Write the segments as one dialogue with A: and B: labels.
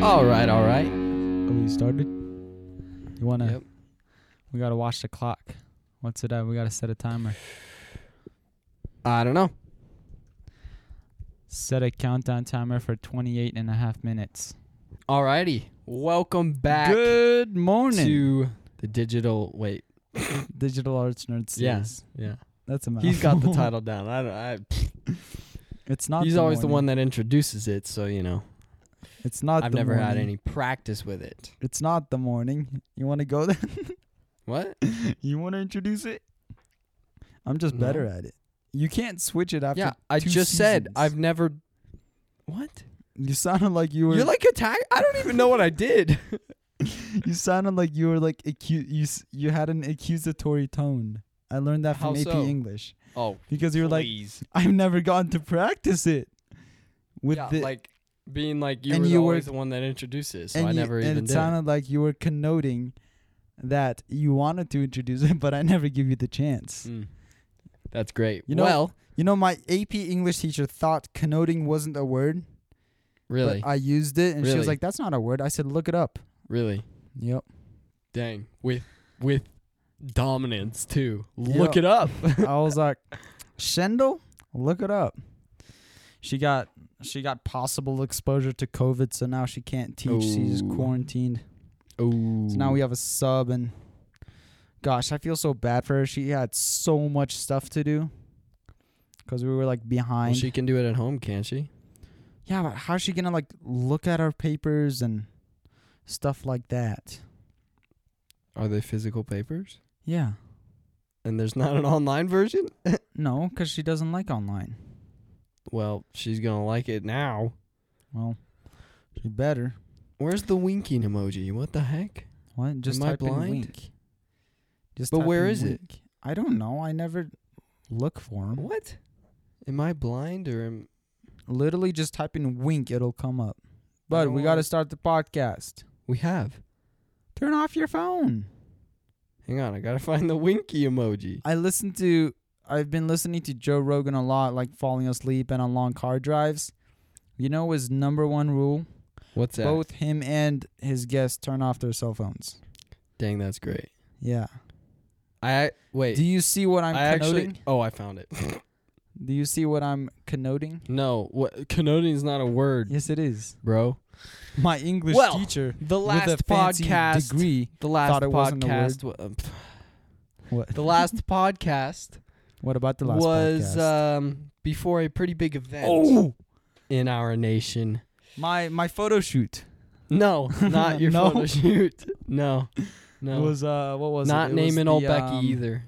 A: All right, all right.
B: Are we started? You wanna?
A: Yep.
B: We gotta watch the clock. What's it at? We gotta set a timer.
A: I don't know.
B: Set a countdown timer for 28 and a half minutes.
A: All righty. Welcome back
B: Good morning,
A: to the digital. Wait,
B: Digital Arts Nerd Series.
A: Yeah. yeah.
B: that's a
A: He's got the
B: mouthful.
A: title down. I don't. I,
B: It's not.
A: he's
B: the
A: always the one
B: morning.
A: that introduces it, so you know.
B: It's not.
A: I've
B: the
A: never had
B: morning.
A: any practice with it.
B: It's not the morning. You wanna go there?
A: What?
B: you wanna introduce it? I'm just
A: No.
B: better at it. You can't switch it after.
A: yeah, I
B: two
A: just said
B: seasons.
A: I've never. What?
B: You sounded like you were.
A: You're like a tag. I don't even know what I did.
B: you sounded like you were like acu- you s- you had an accusatory tone. I learned that from
A: How
B: AP
A: so?
B: English
A: Oh,
B: because you were like,
A: please.
B: I've never gotten to practice it with
A: yeah,
B: the
A: like being like you
B: And
A: were
B: you were-
A: always the one that introduces, so
B: and
A: I
B: you-
A: never
B: and
A: even
B: it
A: did.
B: sounded like you were connoting that you wanted to introduce it, but I never give you the chance.
A: Mm. That's great.
B: You know-
A: well,
B: You know, my AP English teacher thought connoting wasn't a word,
A: really,
B: but I used it, and she was
A: Really?
B: like, "That's not a word." I said, "Look it up."
A: really,
B: Yep.
A: dang, with with dominance too.
B: Yeah.
A: Look it up.
B: I was like, Shendel, look it up. She got she got possible exposure to COVID, so now she can't teach. She's
A: Ooh.
B: quarantined.
A: Oh,
B: So now we have a sub, and gosh, I feel so bad for her. She had so much stuff to do because we were like behind.
A: she can do it at home, can't she?
B: yeah, but how's she gonna like look at our papers and stuff like that?
A: Are they physical papers?
B: Yeah,
A: And there's not an online version.
B: no, because she doesn't like online.
A: Well, she's gonna like it now.
B: Well, she better.
A: Where's the winking emoji? What the heck?
B: What? Just
A: Am I
B: type in
A: blind?
B: wink. Just
A: But
B: type
A: where
B: in
A: is it?
B: wink. I don't know. I never look for 'em.
A: What? Am I blind or am?
B: Literally, just type in wink. It'll come up. But
A: don't
B: we got to
A: wanna-
B: start the podcast.
A: We have.
B: Turn off your phone.
A: Hang on, I gotta find the winky emoji.
B: I listen to. I've been listening to Joe Rogan a lot, like falling asleep and on long car drives. You know his number one rule:
A: What's that?
B: both him and his guests turn off their cell phones.
A: Dang, that's great.
B: Yeah.
A: I wait.
B: Do you see what I'm
A: I
B: connoting?
A: actually. Oh, I found it.
B: Do you see what I'm connoting?
A: No, what connoting is not a word,
B: Yes, it is.
A: bro.
B: My English
A: Well,
B: teacher
A: The
B: with a fancy degree.
A: the last
B: thought it wasn't a
A: podcast, wa- um, pff,
B: What?
A: the last podcast
B: What about the last
A: was
B: podcast?
A: um before a pretty big event
B: oh,
A: in our nation.
B: my my photo shoot
A: No, not your
B: No.
A: photo shoot. No, no,
B: was uh what was it?
A: not
B: It was
A: naming old
B: the,
A: Becky
B: um,
A: either.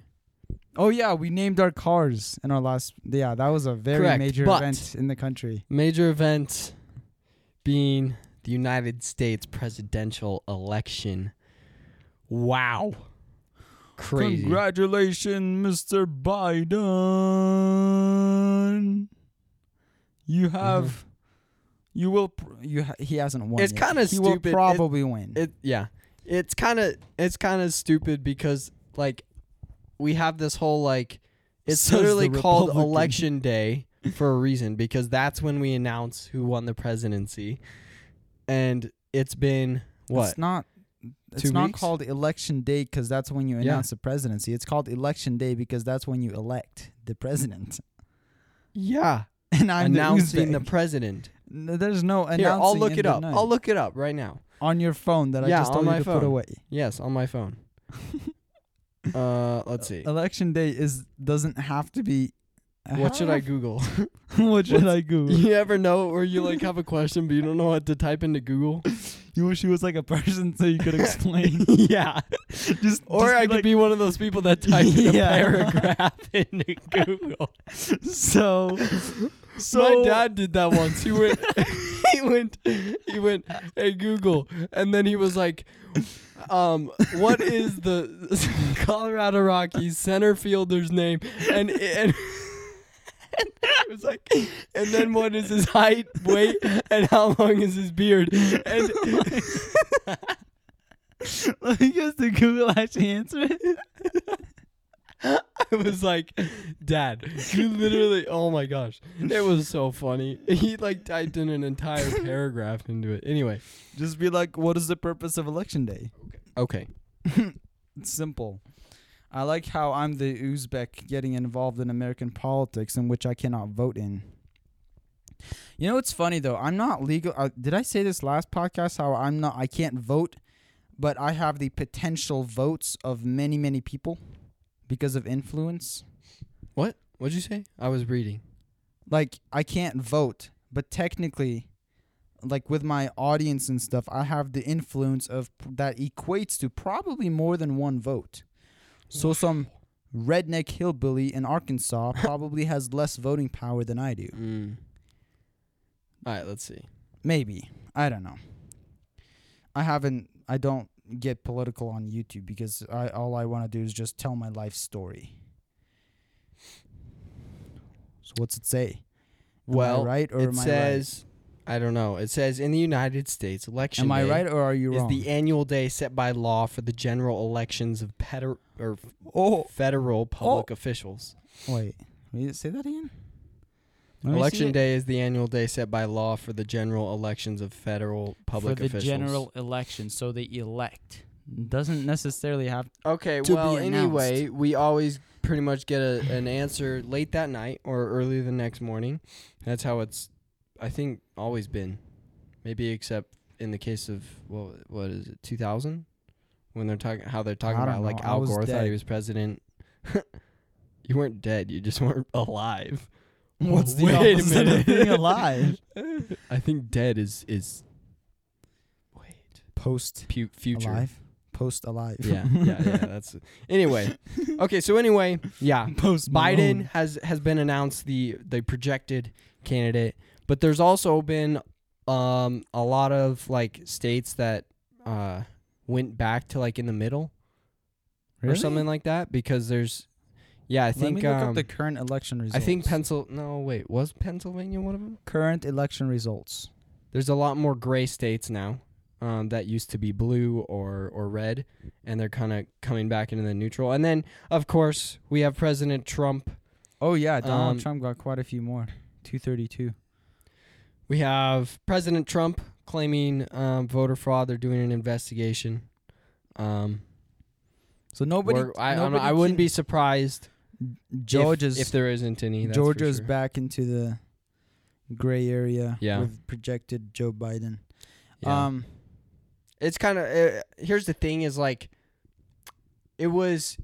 B: Oh yeah, we named our cars in our last. Yeah, that was a very
A: Correct,
B: major
A: but-
B: event in the country.
A: Major event being the United States presidential election. Wow, crazy.
B: Congratulations, Mr. Biden. You have, you will, pr- you ha- he hasn't won.
A: It's
B: yet.
A: kinda
B: He will
A: stupid. It-
B: probably win.
A: it yeah it's kind of it's kind of stupid because like we have this whole like it's
B: Says the
A: literally called
B: Republican.
A: election day for a reason because that's when we announce who won the presidency and it's been what
B: It's not. It's
A: Two
B: not
A: weeks?
B: called election day because that's when you
A: Yeah.
B: announce the presidency. It's called election day because that's when you elect the president.
A: yeah
B: And I'm
A: announcing the,
B: Uzbek.
A: president
B: No, There's no announcing.
A: here i'll look
B: in
A: it
B: the
A: up
B: night.
A: i'll look it up right now
B: on your phone that I
A: Yeah,
B: just
A: on
B: told you
A: my
B: to put
A: phone.
B: away.
A: yes on my phone uh let's see
B: Election day is doesn't have to be. uh,
A: what should i
B: Have-
A: google
B: what should I Google?
A: you ever know where you like have a question but you don't know what to type into google
B: You wish you was like a person so you could explain.
A: yeah
B: just
A: Or I could be one of those people that type in
B: Yeah.
A: a paragraph into Google.
B: be so. So
A: My dad did that once. He went, he went, he went, hey Google, and then he was like, um, what is the Colorado Rockies center fielder's name? And and. And he was like, and then what is his height, weight, and how long is his beard? And
B: Let me guess. Did Google actually answer it?
A: I it was like, Dad, you literally. Oh my gosh, it was so funny. He like typed in an entire paragraph into it. Anyway,
B: Just be like, what is the purpose of election day?
A: okay.
B: It's simple. I like how I'm the Uzbek getting involved in American politics in which I cannot vote in. You know what's funny though? I'm not legal. Uh, did I say this last podcast how I'm not? I can't vote, but I have the potential votes of many many people because of influence.
A: What? What'd you say? I was reading.
B: Like I can't vote, but technically, like with my audience and stuff, I have the influence of that equates to probably more than one vote. So some redneck hillbilly in Arkansas probably has less voting power than I do.
A: Mm. All right, let's see.
B: Maybe. I don't know. I haven't I don't get political on YouTube because I all I want to do is just tell my life story. So what's it say? Am I
A: Well,
B: right or
A: it
B: am I
A: says, I don't know. It says in the United States,
B: right?
A: election.
B: Am I
A: day
B: right or are you
A: Is
B: wrong?
A: the annual day set by law for the general elections of peder- or
B: oh
A: federal public officials?
B: wait. Will you say that again? Let me see
A: Election
B: it.
A: day is the annual day set by law for the general elections of federal public
C: for the
A: officials.
C: general election, so they elect. Doesn't necessarily have.
A: Okay,
B: to be
A: well, anyway, we always pretty much get a, an answer late that night or early the next morning. That's how it's, I think, always been. Maybe except in the case of what what is it, two thousand, when they're talking how they're talking
B: I
A: about
B: don't
A: like
B: know. I
A: Al
B: was
A: Gore thought he
B: dead.
A: was president. you weren't dead. You just weren't alive.
B: What's the
A: Wait a
B: opposite
A: minute.
B: of being alive?
A: I think dead is is. Wait,
B: Post
A: pu- future.
B: alive. Post alive.
A: Yeah, yeah, yeah. That's anyway. Okay, so anyway, yeah.
B: Post
A: Biden
B: Malone.
A: has has been announced the the projected candidate, but there's also been um a lot of like states that uh went back to like in the middle or
B: Really?
A: something like that because there's yeah I
B: Let me
A: think
B: look
A: um,
B: up the current election results.
A: I think pencil no wait was Pennsylvania one of them?
B: current election results.
A: There's a lot more gray states now um, that used to be blue or or red, and they're kind of coming back into the neutral. And then of course we have President Trump.
B: Oh yeah, Donald
A: Um,
B: Trump got quite a few more. Two thirty two.
A: We have President Trump claiming um, voter fraud. They're doing an investigation. Um,
B: So nobody,
A: we're- I, I'm-
B: nobody
A: I wouldn't
B: can-
A: be surprised
B: Georgia's
A: if, if there isn't any. That's for
B: Georgia's
A: sure.
B: back into the gray area
A: Yeah.
B: with projected Joe Biden.
A: Yeah.
B: Um
A: it's kind of uh, here's the thing is like it was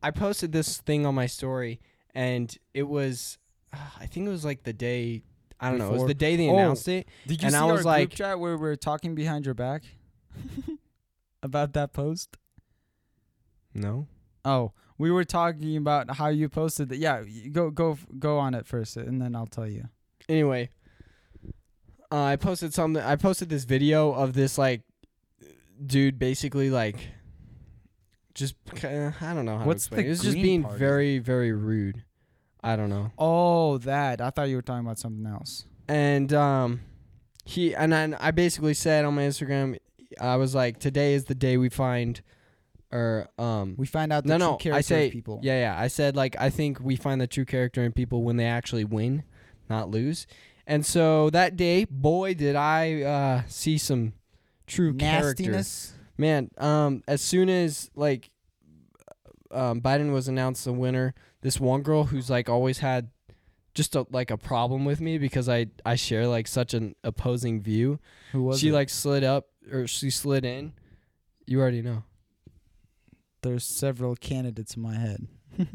A: i posted this thing on my story and it was ah, i think it was like the day i don't know it was
B: Before.
A: the day they
B: Oh.
A: announced it
B: did
A: you And see I was our group like-
B: chat where we're talking behind your back about that post?
A: no
B: Oh, we were talking about how you posted that. Yeah, you go go go on it first and then I'll tell you.
A: anyway uh, i posted something i posted this video of this like dude basically like just kinda, i don't know how
B: What's
A: to explain
B: the
A: it. it was just
B: Green
A: being
B: Party?
A: very very rude i don't know
B: Oh, that. I thought you were talking about something else.
A: and um, he and I, I basically said on my Instagram, I was like, today is the day we find, or um,
B: We find out the
A: no,
B: true
A: no,
B: character
A: I
B: of
A: say,
B: people.
A: yeah, yeah, I said like, I think we find the true character in people when they actually win, not lose. And so that day, boy, did I uh, see some true character
B: Nastiness.
A: man um as soon as like um biden was announced the winner this one girl who's like always had just a, like a problem with me because i i share like such an opposing view
B: Who was
A: she
B: it?
A: like slid up or she slid in you already know
B: There's several candidates in my head.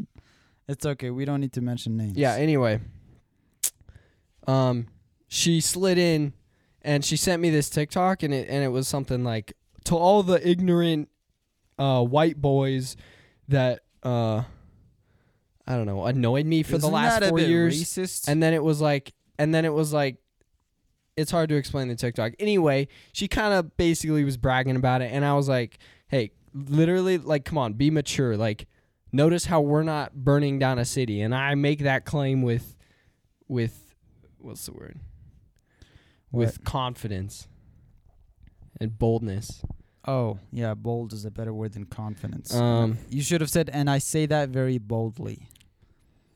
B: it's okay. We don't need to mention names.
A: yeah anyway um she slid in and she sent me this tiktok and it and it was something like to all the ignorant uh white boys that uh i don't know annoyed me for the
B: Isn't
A: last
B: that a
A: 4
B: bit
A: years
B: Racist.
A: and then it was like and then it was like it's hard to explain the tiktok anyway she kind of basically was bragging about it and i was like hey literally like come on be mature like notice how we're not burning down a city and i make that claim with with what's the word
B: What?
A: with confidence and boldness
B: Oh, yeah, bold is a better word than confidence.
A: Um,
B: you should have said, and I say that very boldly.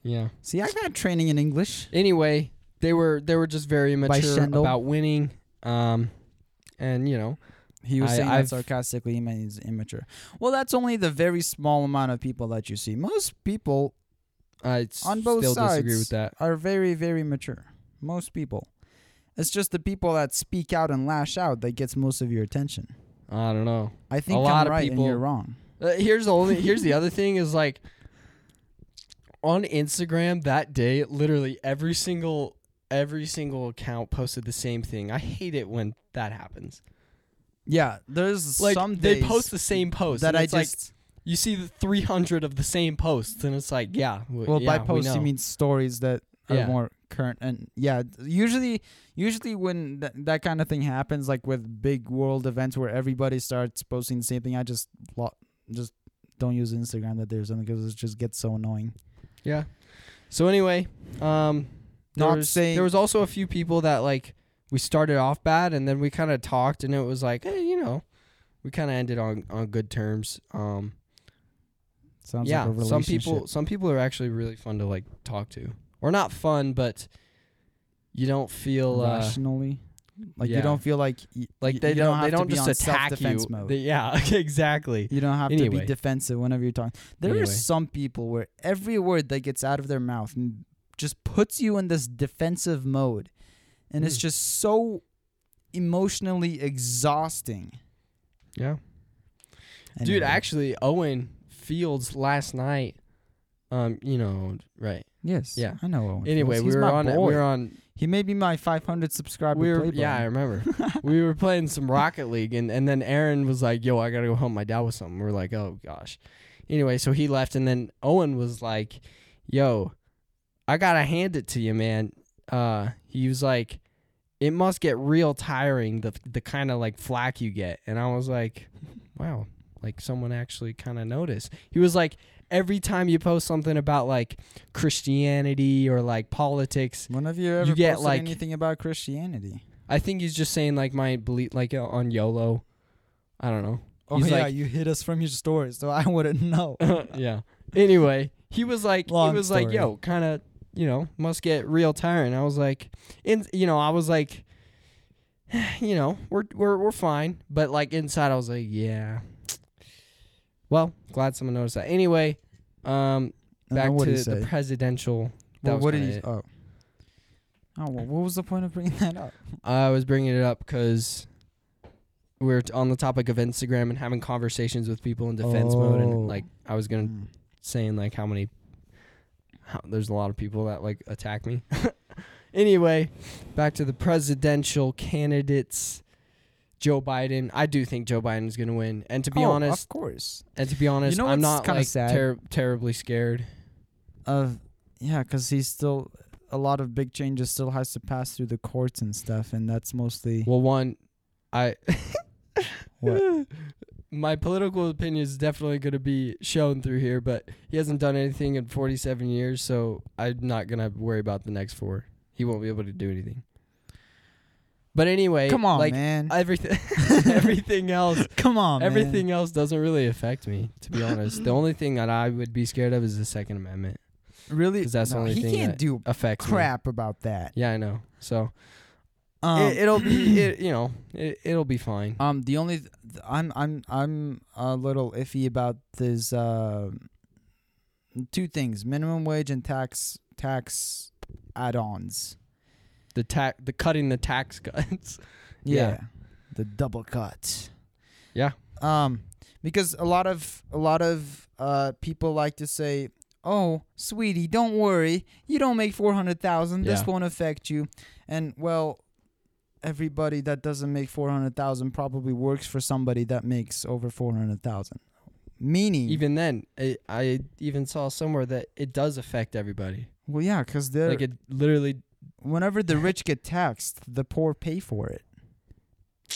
A: yeah.
B: See, I got training in English.
A: Anyway, they were they were just very immature
B: Shendel.
A: about winning. Um, and you know,
B: He was
A: I-
B: saying
A: I've-
B: that sarcastically. He meant he's immature. Well, that's only the very small amount of people that you see. Most people
A: I s-
B: On both
A: still disagree
B: sides.
A: with that.
B: are very, very mature. Most people. It's just the people that speak out and lash out that gets most of your attention.
A: I don't know.
B: I think
A: lot
B: I'm
A: of
B: right
A: people-
B: and you're wrong.
A: Uh, here's the only here's the other thing is like on Instagram that day, literally every single every single account posted the same thing. I hate it when that happens.
B: Yeah, there's
A: Like
B: some
A: they
B: days
A: post the same post
B: that
A: and
B: I
A: it's like,
B: just
A: you see the 300 of the same posts and it's like yeah w-
B: well
A: yeah,
B: by
A: we
B: post you
A: know.
B: mean stories that are
A: Yeah.
B: more current and yeah th- usually usually when th- that kind of thing happens like with big world events where everybody starts posting the same thing I just lo- just don't use Instagram that day or something because it just gets so annoying.
A: yeah so anyway um there
B: Not
A: was,
B: saying-
A: there was also a few people that like we started off bad and then we kind of talked and it was like eh, you know we kind of ended on on good terms um
B: Sounds
A: yeah,
B: like a relationship.
A: some people some people are actually really fun to like talk to, or not fun, but you don't feel uh,
B: rationally like
A: yeah.
B: you don't feel like y-
A: like
B: y-
A: they
B: you
A: don't,
B: have
A: they
B: to
A: don't
B: be
A: just
B: on
A: attack you.
B: self-defense mode.
A: They- yeah, exactly.
B: You don't have to
A: Anyway.
B: be defensive whenever you're talking. There are
A: Anyway.
B: some people where every word that gets out of their mouth m- just puts you in this defensive mode. And it's
A: Mm.
B: just so emotionally exhausting.
A: Yeah,
B: Anyway,
A: dude. Actually, Owen Fields last night. Um, you know, right.
B: Yes.
A: yeah.
B: I know. Owen
A: Anyway,
B: Fields.
A: we
B: He's
A: were
B: my
A: on. We
B: boy.
A: were on.
B: He made me my 500 subscriber.
A: We were.
B: play
A: Yeah, I
B: button.
A: remember. we were playing some Rocket League, and and then Aaron was like, "Yo, I gotta go help my dad with something." We're like, "Oh gosh." Anyway, so he left, and then Owen was like, "Yo, I gotta hand it to you, man." Uh, he was like, "It must get real tiring the the kind of like flack you get," and I was like, "Wow." Like someone actually kind of noticed. He was like, every time you post something about like Christianity or like politics,
B: When have you ever
A: get,
B: posted
A: like-
B: anything about Christianity?
A: I think he's just saying like my belief, like uh, on YOLO. I don't know.
B: Oh,
A: He's
B: yeah,
A: like-
B: you hid us from your stories, so I wouldn't know.
A: yeah. Anyway, he was like,
B: Long
A: he was like,
B: story.
A: yo, kind of, you know, must get real tiring. I was like, in, you know, I was like, you know, we're we're we're fine, but like inside, I was like, yeah. Well, glad someone noticed that. Anyway, um,
B: And then
A: back to
B: what do you
A: the
B: say?
A: presidential. that
B: Well,
A: was
B: what did
A: kinda
B: you?
A: it.
B: Oh. Oh well, what was the point of bringing that up?
A: I was bringing it up because we're t- on the topic of Instagram and having conversations with people in defense mode,
B: Oh.
A: and like I was gonna
B: Mm.
A: saying like how many, how, there's a lot of people that like attack me. anyway, back to the presidential candidates. Joe Biden, I do think Joe Biden is gonna win, and to be
B: Oh,
A: honest,
B: of course.
A: and to be honest,
B: know
A: I'm
B: what's
A: not
B: kinda
A: like
B: sad?
A: ter- terribly scared.
B: Of yeah, because he's still a lot of big changes still has to pass through the courts and stuff, and that's mostly
A: Well, one, I
B: what.
A: my political opinion is definitely going to be shown through here, but he hasn't done anything in 47 years, so I'm not going to worry about the next four. He won't be able to do anything. But anyway,
B: Come on,
A: like
B: man.
A: everything everything else
B: Come on, man.
A: everything else doesn't really affect me, to be honest. the only thing that I would be scared of is the second amendment.
B: really.
A: 'cause that's the
B: no,
A: only
B: he
A: thing
B: can't
A: that
B: do
A: Affects me.
B: crap about that.
A: Yeah, I know. So
B: Um,
A: it, it'll be it, you know, it, it'll be fine.
B: Um, the only th- th- I'm I'm I'm a little iffy about this. Uh, two things: minimum wage and tax tax add-ons.
A: The tax the cutting the tax cuts.
B: Yeah.
A: Yeah.
B: The double cut.
A: Yeah.
B: Um because a lot of a lot of uh people like to say, "Oh, sweetie, don't worry. You don't make 400,000. This
A: Yeah.
B: won't affect you." And well, everybody that doesn't make 400,000 probably works for somebody that makes over 400,000. Meaning
A: even then I, I even saw somewhere that it does affect everybody
B: well yeah, cuz they're
A: like it literally
B: whenever the rich get taxed, the poor pay for it.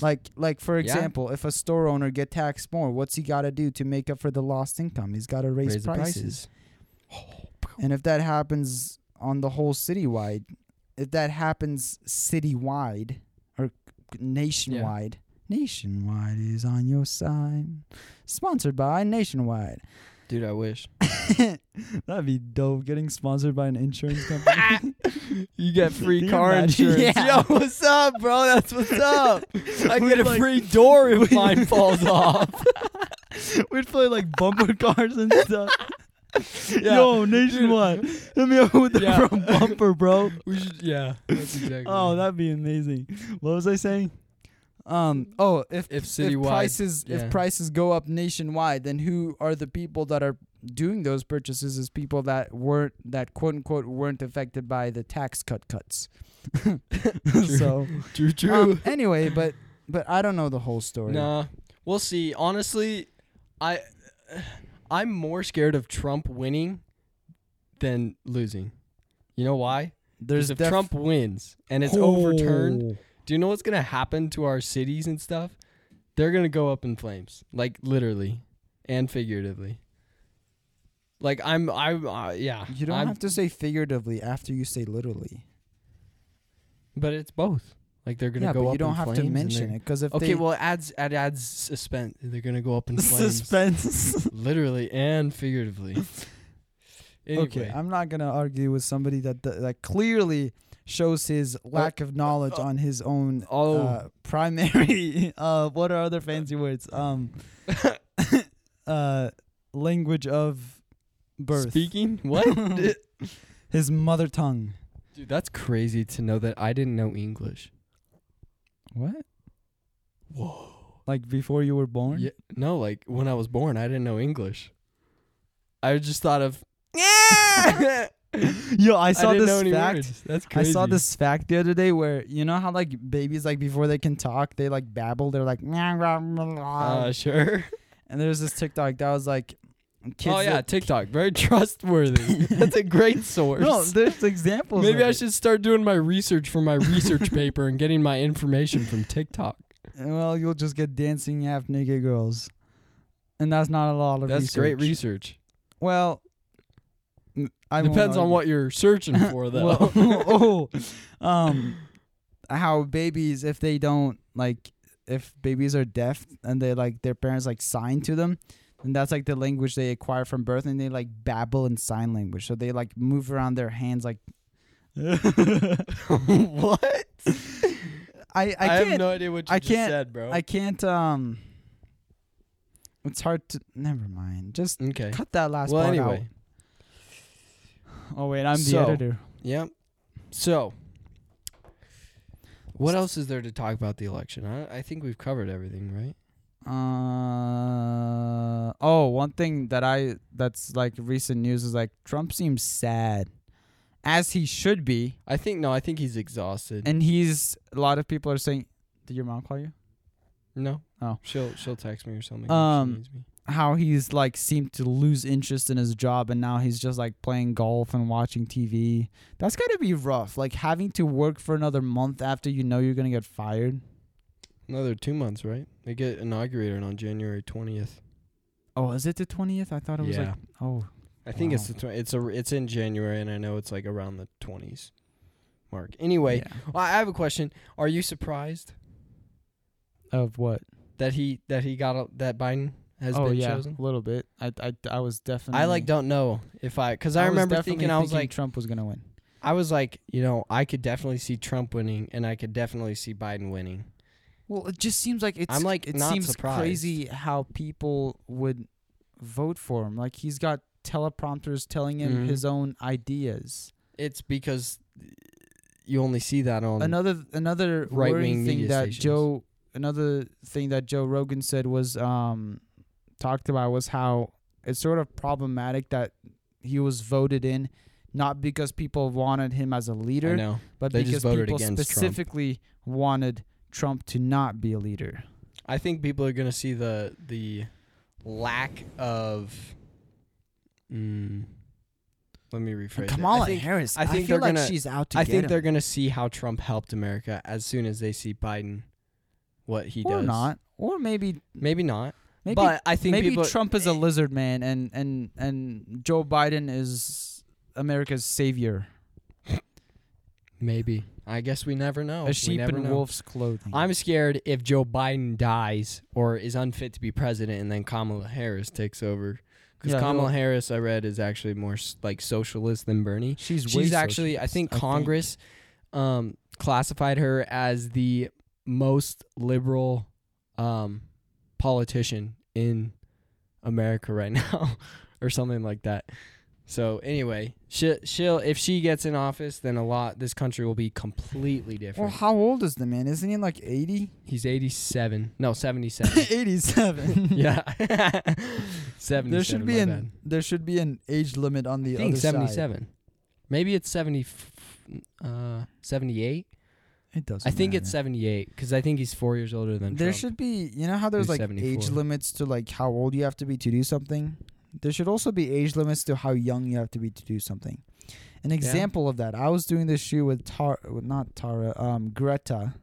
B: Like like for
A: Yeah.
B: example, if a store owner get taxed more, what's he got to do to make up for the lost income? He's got to raise,
A: raises the
B: prices.
A: prices
B: And if that happens on the whole citywide, if that happens citywide or nationwide, Nationwide is on your side. Sponsored by Nationwide.
A: Dude, I wish.
B: That'd be dope. Getting sponsored by an insurance company.
A: You get free
B: Can you
A: car
B: imagine?
A: insurance.
B: Yeah.
A: Yo, what's up, bro? That's what's up. I
B: We
A: get a
B: like-
A: free door if mine falls off.
B: We'd play like bumper cars and stuff.
A: Yeah.
B: Yo, Nationwide. Hit me up with the
A: Yeah.
B: front bumper, bro.
A: We should, yeah. That's exactly.
B: Oh, that'd be amazing. What was I saying? Um. Oh, if
A: If citywide,
B: prices
A: yeah.
B: if prices go up nationwide, then who are the people that are doing those purchases? Is people that weren't that quote unquote weren't affected by the tax cut cuts. so
A: true, true.
B: um, anyway, but but I don't know the whole story.
A: Nah, we'll see. Honestly, I I'm more scared of Trump winning than losing. You know why?
B: There's
A: Because if
B: def-
A: Trump wins and it's overturned, do you know what's gonna happen to our cities and stuff? They're gonna go up in flames, like literally and figuratively. Like I'm, I uh, yeah.
B: You don't
A: I'm-
B: have to say figuratively after you say literally.
A: but it's both. Like they're gonna
B: Yeah,
A: go
B: but
A: up.
B: you don't
A: in
B: have
A: flames
B: to
A: and
B: mention
A: they're-
B: it because if
A: Okay,
B: they
A: well, it adds it adds suspense. They're gonna go up in flames.
B: suspense.
A: literally and figuratively. Anyway,
B: Okay, I'm not gonna argue with somebody that that, that clearly shows his lack of knowledge on his own
A: oh,
B: uh, primary. Uh, what are other fancy words? Um, uh, language of birth.
A: speaking what?
B: His mother tongue.
A: Dude, that's crazy to know that I didn't know English.
B: What?
A: Whoa.
B: Like before you were born?
A: Yeah, no, like when I was born, I didn't know English. I just thought of.
B: Yo, I saw
A: didn't know
B: this
A: any
B: fact.
A: words. That's
B: I
A: crazy.
B: saw this fact the other day where you know how like babies like before they can talk they like babble they're like
A: Uh, sure.
B: and there's this TikTok that was like kids
A: oh yeah,
B: that-
A: TikTok, very trustworthy. that's a great source.
B: no there's examples
A: Maybe
B: of
A: I
B: it.
A: should start doing my research for my research paper and getting my information from TikTok.
B: well you'll just get dancing half naked girls and that's not a lot of
A: That's great research.
B: research. well m- I won't
A: Depends on
B: argue.
A: what you're searching for, though.
B: Well, oh, um, how babies if they don't like if babies are deaf and they like their parents like sign to them, and that's like the language they acquire from birth, and they like babble in sign language. So they like move around their hands like.
A: what?
B: I
A: I,
B: I
A: have
B: can't
A: no idea what you
B: I
A: just
B: can't-
A: said, bro.
B: I can't um. It's hard to. Never mind. Just
A: okay.
B: cut that last
A: Well,
B: part
A: anyway.
B: out. Oh wait, I'm
A: So-
B: the editor.
A: Yep. So, what else is there to talk about the election? I, I think we've covered everything, right?
B: Uh oh, one thing that I that's like recent news is like Trump seems sad, as he should be,
A: I think no. I think he's exhausted.
B: and he's a lot of people are saying. Did your mom call you?
A: no.
B: Oh.
A: She'll she'll text me or something.
B: Um,
A: if she needs me.
B: How he's like seemed to lose interest in his job, and now he's just like playing golf and watching TV. That's gotta be rough. Like having to work for another month after you know you're gonna get fired.
A: Another two months, right? They get inaugurated on January twentieth.
B: Oh, is it the twentieth? I thought it was
A: Yeah.
B: like oh
A: I think it's
B: Wow.
A: the tw- it's a it's in January, and I know it's like around the twenties mark. Anyway,
B: yeah.
A: well, I have a question. Are you surprised
B: of what?
A: that he that he got a, that Biden has
B: oh
A: been
B: yeah,
A: chosen?
B: a little bit. I I I was definitely
A: I like don't know if I because I,
B: was
A: remember
B: definitely
A: thinking I was like
B: Trump was gonna win.
A: I was like, you know, I could definitely see Trump winning and I could definitely see Biden winning.
B: Well, it just seems like it's.
A: I'm, like,
B: it
A: not
B: seems
A: surprised.
B: crazy how people would vote for him. Like he's got teleprompters telling him
A: Mhm.
B: his own ideas.
A: It's because you only see that on
B: another another
A: Um, right-wing
B: worrying
A: media
B: thing that
A: stations.
B: Joe another thing that Joe Rogan said was um talked about was how it's sort of problematic that he was voted in not because people wanted him as a
A: I
B: leader,
A: know.
B: but
A: They just
B: because
A: voted
B: people
A: against Trump.
B: specifically wanted Trump to not be a leader.
A: I think people are gonna see the the lack of mm, let me rephrase it. I think,
B: Harris.
A: I think they're gonna-
B: she's out
A: I think they're gonna see how Trump helped America as soon as they see Biden what he
B: or
A: does.
B: not, or maybe
A: Maybe not.
B: maybe
A: but I think
B: maybe
A: people eh,
B: Trump is a lizard man, and and and Joe Biden is America's savior.
A: Maybe. I guess we never know. Oh, We
B: a sheep
A: never
B: in
A: know.
B: wolf's clothing.
A: I'm scared if Joe Biden dies or is unfit to be president, and then Kamala Harris takes over. Because
B: Yeah,
A: Kamala
B: he'll-
A: Harris, I read, is actually more s- like socialist than Bernie.
B: she's way
A: She's actually, I
B: socialist,
A: think, Congress Um, classified her as the most liberal um, politician in America right now, or something like that. So anyway, she, she'll if she gets in office, then a lot this country will be completely
B: Well,
A: different.
B: how old is the man? Isn't he like 80?
A: He's 87. No, 77.
B: 87.
A: yeah. 77.
B: There should be
A: my
B: an
A: bad.
B: there should be an age limit on the
A: I think
B: other side.
A: 77. Maybe it's 70 uh 78.
B: It doesn't.
A: I think it's
B: matter.
A: 78 cuz I think he's 4 years older than
B: There
A: Trump.
B: should be you know how there's
A: He's
B: like
A: 74.
B: age limits to like how old you have to be to do something. There should also be age limits to how young you have to be to do something. An example of that, I was doing this shoot with Tar, with not Tara, um, Greta.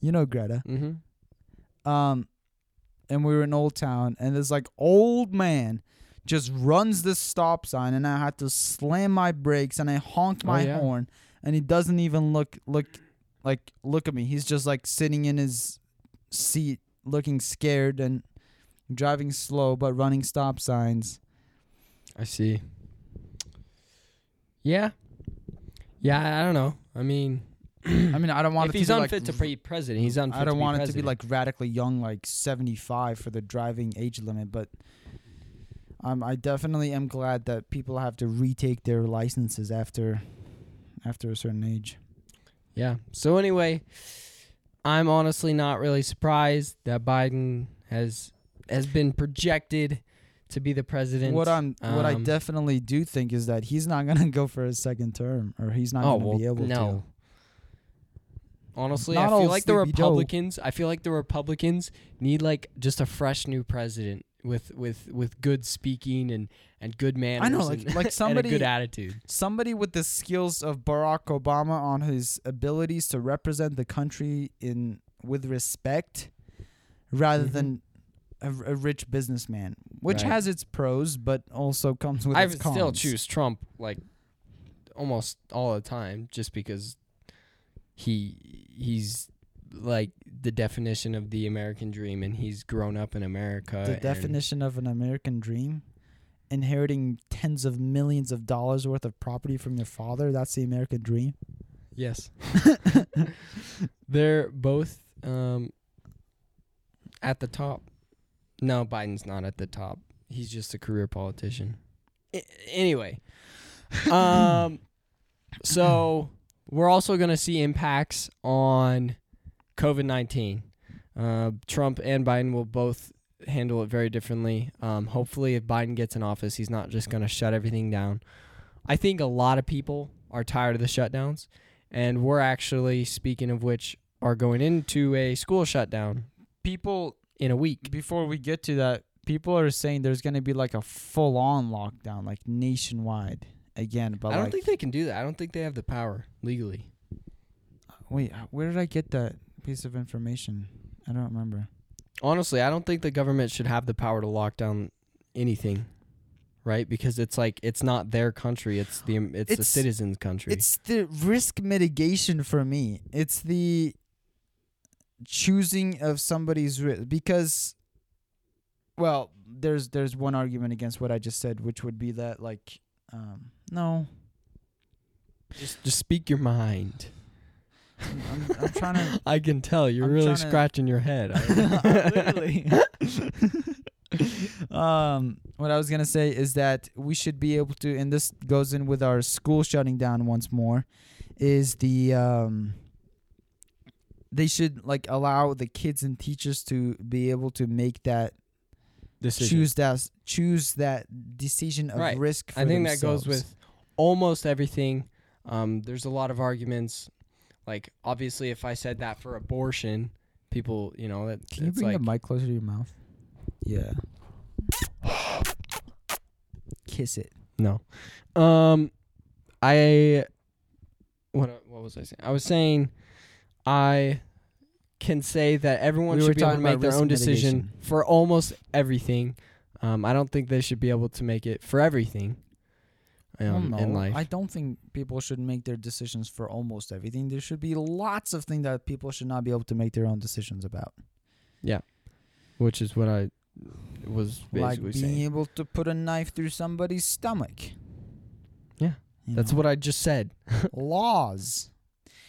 B: You know Greta.
A: Mhm.
B: um, and we were in Old Town, and this like old man just runs this stop sign, and I had to slam my brakes, and I honked
A: Oh,
B: my
A: yeah.
B: horn, and he doesn't even look look like look at me. He's just like sitting in his seat, looking scared and driving slow, but running stop signs.
A: I see. Yeah. Yeah, I- I don't know. I mean,
B: I mean, I don't want
A: if
B: it
A: he's
B: to be
A: unfit
B: like,
A: to be president, he's unfit
B: I don't
A: to be
B: want it to be
A: president.
B: like radically young, like 75 for the driving age limit, but um, I definitely am glad that people have to retake their licenses after after a certain age.
A: Yeah. So anyway, I'm honestly not really surprised that Biden has has been projected to be the president.
B: What I'm, what I
A: um,
B: definitely do think is that he's not gonna go for a second term, or he's not
A: oh
B: gonna
A: well,
B: be able
A: no. Honestly,
B: Not
A: I feel
B: all
A: like the
B: Sleepy Joe.
A: Republicans. I feel like the Republicans need like just a fresh new president with with with good speaking and and good manners.
B: like-
A: and-
B: like
A: and a
B: somebody-
A: good attitude.
B: to. Somebody with the skills of Barack Obama on his abilities to represent the country in with respect, rather
A: Mhm.
B: than a, a rich businessman, which
A: Right.
B: has its pros but also comes with
A: I
B: its
A: would
B: cons.
A: still choose Trump like almost all the time just because he he's like the definition of the American dream and he's grown up in America.
B: the
A: and-
B: definition of an American dream. Inheriting tens of millions of dollars worth of property from your father—that's the American dream.
A: Yes. They're both um at the top. No, Biden's not at the top. He's just a career politician. I- anyway, um so we're also going to see impacts on COVID-19. Uh, Trump and Biden will both handle it very differently. Um, hopefully if Biden gets in office, he's not just going to shut everything down. I think a lot of people are tired of the shutdowns, and we're actually, speaking of which, are going into a school shutdown
B: People,
A: in a week.
B: before we get to that, people are saying there's going to be like a full-on lockdown, like nationwide again. But
A: I don't
B: like,
A: think they can do that. I don't think they have the power legally.
B: wait, where did I get that piece of information? I don't remember.
A: Honestly, I don't think the government should have the power to lock down anything, right? Because it's like it's not their country; it's the um, it's, the
B: It's-
A: citizens' country.
B: It's the risk mitigation for me. It's the choosing of somebody's risk because well, there's there's one argument against what I just said, which would be that like um no.
A: just just speak your mind.
B: I'm, I'm, I'm trying to
A: I can tell you're
B: I'm
A: really
B: tryna-
A: scratching your head.
B: literally. um, what I was gonna say is that we should be able to, and this goes in with our school shutting down once more, is the um, they should like allow the kids and teachers to be able to make that
A: Decision.
B: choose that choose that decision of
A: Right.
B: risk. For
A: I think that goes
B: themselves.
A: with almost everything. Um, there's a lot of arguments. Like obviously, if I said that for abortion, people, you know, that
B: Can you
A: it's
B: bring
A: like
B: the mic closer to your mouth? Yeah. Kiss it.
A: no. Um, I what what was I saying? I was saying I can say that everyone
B: We were
A: should be able to
B: talking
A: make
B: about
A: their
B: risk
A: own decision
B: mitigation.
A: for almost everything. Um, I don't think they should be able to make it for everything. um, in life.
B: I don't think people should make their decisions for almost everything. There should be lots of things that people should not be able to make their own decisions about.
A: which is what I was basically
B: like being
A: saying.
B: able to put a knife through somebody's stomach.
A: Yeah.
B: You
A: That's
B: know,
A: what I just said.
B: laws.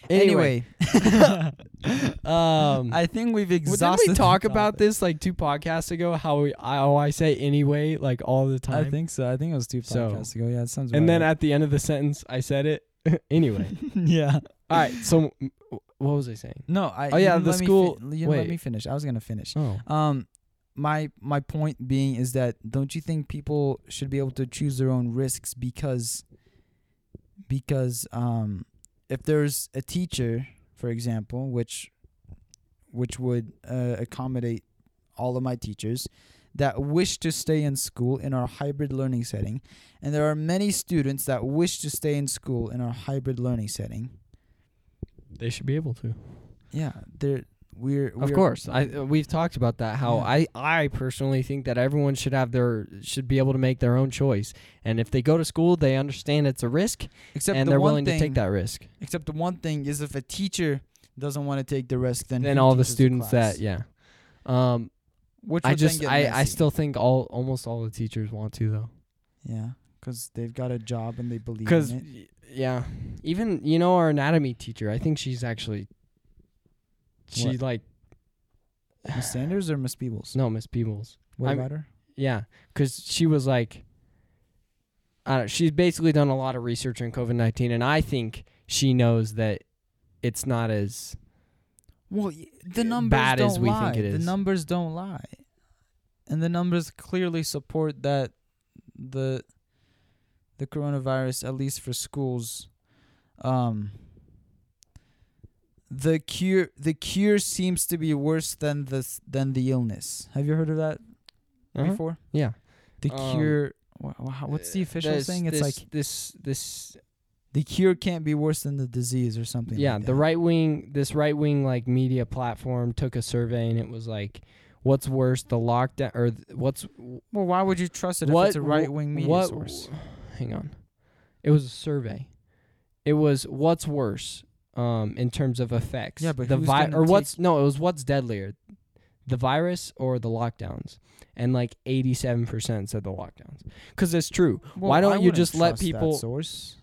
A: Anyway,
B: Anyway,
A: um,
B: I think we've
A: well,
B: exhausted.
A: didn't we
B: the
A: talk about
B: topic.
A: this like two podcasts ago? How we, I, how I say anyway like all the time.
B: I think so. I think it was two
A: So-
B: podcasts ago. Yeah, it sounds.
A: and then
B: about
A: at the end of the sentence, I said it anyway.
B: right. yeah.
A: all right. So m- what was I saying?
B: No, I.
A: Oh, yeah,
B: you didn't
A: the
B: let me
A: school-
B: Fin- you didn't let
A: wait.
B: me finish. I was gonna finish.
A: Oh,
B: Um, my my point being is that don't you think people should be able to choose their own risks because because um if there's a teacher, for example, which which would uh, accommodate all of my teachers that wish to stay in school in our hybrid learning setting and there are many students that wish to stay in school in our hybrid learning setting
A: they should be able to.
B: yeah there we're, we're
A: Of course, I uh, we've talked about that. How
B: Yeah.
A: I I personally think that everyone should have their should be able to make their own choice, and if they go to school, they understand it's a risk,
B: except
A: and
B: the
A: they're
B: one
A: willing
B: thing,
A: to take that risk.
B: Except the one thing is if a teacher doesn't want to take the risk, then
A: Then
B: who
A: all the
B: teaches
A: students
B: class?
A: that yeah, um,
B: which
A: I
B: would then
A: just
B: get
A: I, I
B: messy.
A: still think all almost all the teachers want to though,
B: yeah because they've got a job and they believe
A: because
B: in it.
A: yeah, even you know our anatomy teacher, I think she's actually she
B: What?
A: like
B: Miss Sanders or Miss Peebles?
A: no Miss Peebles.
B: What
A: I'm-
B: about her?
A: Yeah, because she was like, I don't, she's basically done a lot of research on COVID nineteen, and I think she knows that it's not as
B: Well, y-
A: uh,
B: the numbers
A: bad
B: don't
A: as we think
B: lie.
A: it is.
B: The numbers don't lie, and the numbers clearly support that the the coronavirus, at least for schools, um, the cure the cure seems to be worse than the s- than the illness. Have you heard of that before?
A: Uh-huh. yeah.
B: The
A: Um,
B: cure. wha- wha- What's the official
A: There's
B: thing? It's
A: Uh, this-
B: like
A: this this
B: the cure can't be worse than the disease or something.
A: yeah
B: like
A: the
B: that.
A: right wing this right wing like media platform took a survey and it was like what's worse the lockdown or th- what's
B: Well, why would you trust it if
A: What
B: it's a
A: w-
B: right wing media
A: what
B: source?
A: hang on it was a survey it was what's worse um in terms of effects
B: Yeah, but
A: the
B: who's
A: vi-
B: gonna
A: or what's no it was what's deadlier the virus or the lockdowns and like 87% said the lockdowns cuz it's true Why don't
B: I
A: you
B: wouldn't
A: just let
B: trust that
A: people-
B: source?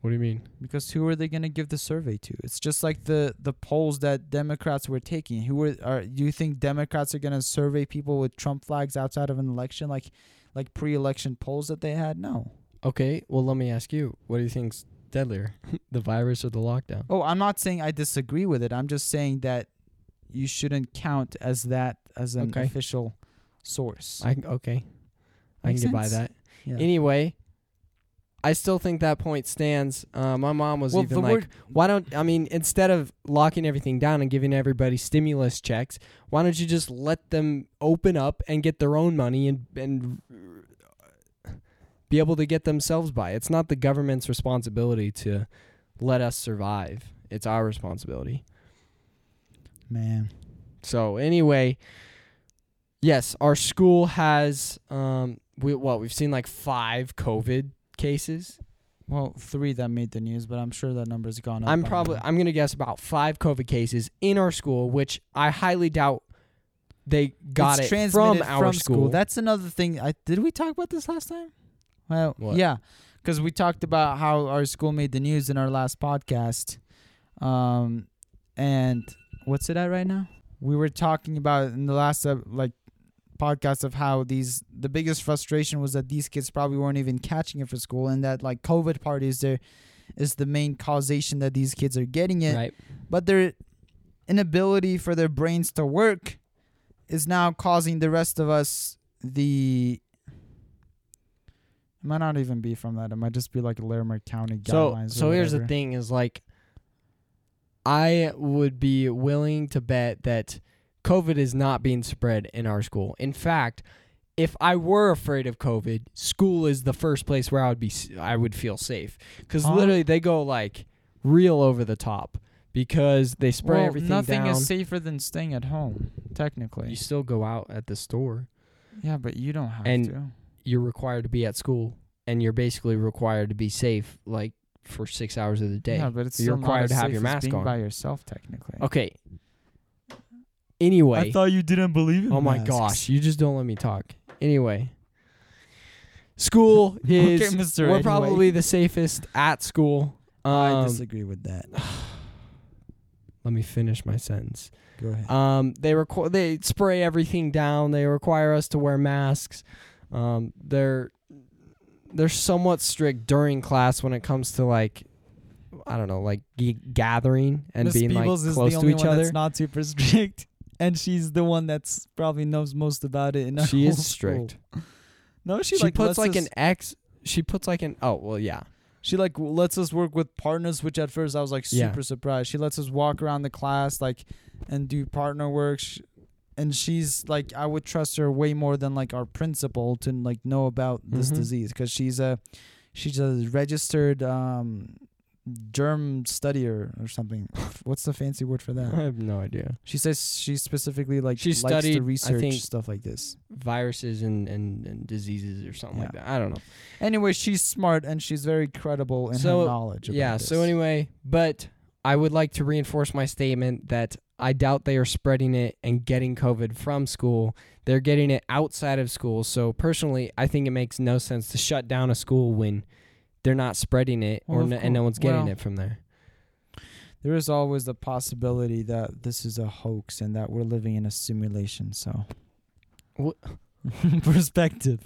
A: what do you mean
B: Because who are they going to give the survey to? It's just like the the polls that Democrats were taking. Who are, are do you think Democrats are going to survey people with Trump flags outside of an election, like like pre-election polls that they had? No.
A: okay well let me ask you what do you think's deadlier the virus or the lockdown
B: Oh, I'm not saying I disagree with it. I'm just saying that you shouldn't count as that as an
A: Okay.
B: official source.
A: i can- okay i can
B: Makes
A: get by
B: sense.
A: that
B: Yeah.
A: anyway i still think that point stands uh, my mom was even like Why don't I mean instead of locking everything down and giving everybody stimulus checks, why don't you just let them open up and get their own money and and be able to get themselves by? It's not the government's responsibility to let us survive. It's our responsibility.
B: man,
A: So anyway, yes, our school has um we what we've seen like five COVID cases.
B: well, three that made the news, but I'm sure that number's gone up.
A: I'm
B: by
A: probably
B: now.
A: I'm gonna guess about five COVID cases in our school, which I highly doubt they got
B: it's
A: it
B: transmitted
A: from our school.
B: That's another thing. I did we talk about this last time? Well,
A: What?
B: yeah, because we talked about how our school made the news in our last podcast. Um, and what's it at right now? We were talking about in the last uh, like podcast of how these the biggest frustration was that these kids probably weren't even catching it for school, and that like COVID parties there is the main causation that these kids are getting it
A: right.
B: but their inability for their brains to work is now causing the rest of us the it might not even be from that. It might just be like Larimer County
A: So
B: guidelines.
A: so here's the thing is like I would be willing to bet that COVID is not being spread in our school. In fact, if I were afraid of COVID, school is the first place where I would be s- I would feel safe cuz
B: Huh?
A: literally they go like real over the top because they spray
B: Well,
A: everything
B: nothing
A: down.
B: is safer than staying at home, technically.
A: You still go out at the store.
B: yeah, but you don't have
A: And-
B: to.
A: You're required to be at school and you're basically required to be safe like for six hours of the day.
B: Yeah, but it's
A: You're
B: still not
A: required
B: as
A: to have
B: safe
A: your
B: as
A: mask
B: being
A: on.
B: by yourself technically.
A: Okay. Anyway,
B: thought you didn't believe in
A: Oh my gosh, you just don't let me talk. Anyway, school
B: Okay,
A: is
B: Mr.
A: we're
B: Anyway.
A: probably the safest at school.
B: I
A: Um,
B: disagree with that.
A: let me finish my sentence.
B: Go ahead.
A: Um, they requ- they spray everything down. They require us to wear masks. Um, they're they're somewhat strict during class when it comes to like I don't know, like g- gathering and
B: Miss
A: being
B: Peebles
A: like
B: is
A: close to
B: the only
A: each
B: one
A: other.
B: That's not super strict, and she's the one that's probably knows most about it. In our
A: she
B: whole
A: is
B: school.
A: strict.
B: No, she,
A: She,
B: like
A: puts
B: lets
A: like
B: us,
A: an X. She puts like an oh well yeah.
B: She like w- lets us work with partners, which at first I was like
A: Yeah.
B: super surprised. She lets us walk around the class like and do partner work, sh- and she's like I would trust her way more than like our principal to like know about this
A: Mhm.
B: disease because she's a she's a registered um germ studier or something. What's the fancy word for
A: I
B: that?
A: have no idea.
B: She says she specifically like
A: She
B: likes
A: studied, I
B: to research
A: think-
B: stuff like this.
A: Viruses and, and, and diseases or something like
B: Yeah.
A: that. I don't know.
B: Anyway, she's smart and she's very credible in
A: So,
B: her knowledge. About
A: yeah.
B: This.
A: So anyway, but I would like to reinforce my statement that I doubt they are spreading it and getting COVID from school. They're getting it outside of school. So personally, I think it makes no sense to shut down a school when they're not spreading it or
B: Well, of
A: no, and no
B: cour-
A: one's getting
B: well,
A: it from there.
B: there is always the possibility that this is a hoax and that we're living in a simulation. So,
A: Wha-
B: perspective.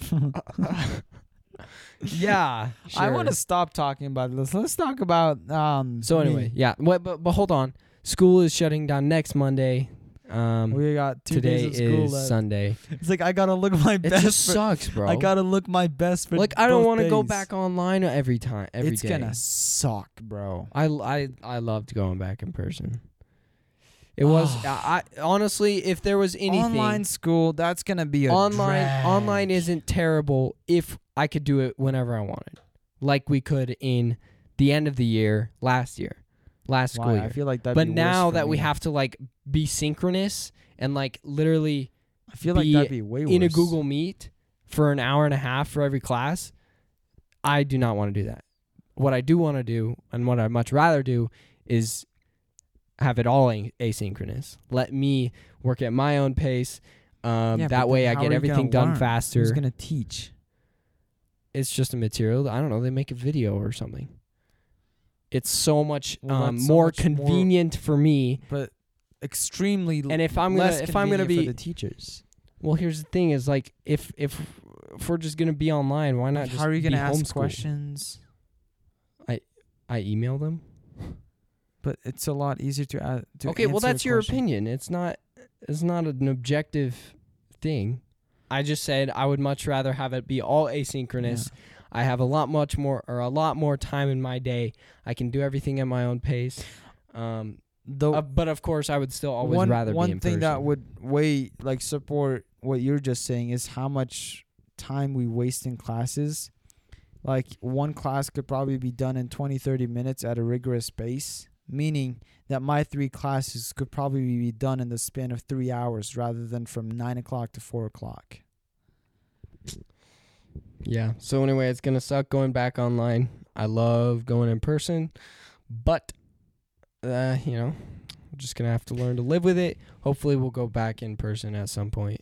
A: yeah.
B: I want to
A: sure.
B: stop talking about this. Let's talk about um.
A: So anyway,
B: me.
A: yeah. What, but but hold on. School is shutting down next Monday. Um,
B: we got two
A: today
B: days of school
A: is
B: left.
A: Sunday.
B: It's like I gotta look my
A: It
B: best.
A: just
B: for-
A: sucks, bro.
B: I gotta look my best for.
A: like I don't
B: want to
A: go back online every time. Every
B: it's
A: day.
B: gonna suck, bro.
A: I I I loved going back in person. It was I, I honestly, if there was anything
B: Online school, that's gonna be a
A: online,
B: drag.
A: online isn't terrible if I could do it whenever I wanted, like we could in the end of the year last year, last
B: Why?
A: school
B: I
A: year.
B: feel like that.
A: But now that we have to like be synchronous and like literally
B: I feel like
A: be
B: that'd be way worse.
A: in a Google Meet for an hour and a half for every class, I do not want to do that. What I do want to do and what I'd much rather do is have it all a- asynchronous. Let me work at my own pace. Um,
B: Yeah, but
A: that way
B: then
A: I
B: how
A: get
B: are you
A: everything
B: gonna
A: done
B: learn?
A: faster.
B: Who's gonna teach?
A: it's just a material. I don't know. They make a video or something. It's so much
B: Well,
A: um,
B: that's so
A: more
B: much more-
A: convenient for me.
B: But extremely.
A: And if I'm gonna if I'm gonna be
B: teachers,
A: Well, here's the thing: is like if if if we're just gonna be online, why not? just
B: how are you
A: going
B: gonna
A: to
B: ask questions?
A: I email them.
B: But it's a lot easier to ask. To
A: okay, well
B: answer a
A: that's your
B: question.
A: opinion. It's not it's not an objective thing. I just said I would much rather have it be all asynchronous. I have a lot much more or a lot more time in my day. I can do everything at my own pace. Um,
B: The
A: uh, but of course, I would still always
B: one,
A: rather
B: one
A: be in
B: thing
A: person.
B: that would weigh like support what you're just saying is how much time we waste in classes. Like one class could probably be done in 20, 30 minutes at a rigorous pace, meaning that my three classes could probably be done in the span of three hours rather than from nine o'clock to four o'clock.
A: Yeah. So anyway, it's gonna suck going back online. I love going in person, but uh, you know, we're just gonna have to learn to live with it. Hopefully, we'll go back in person at some point.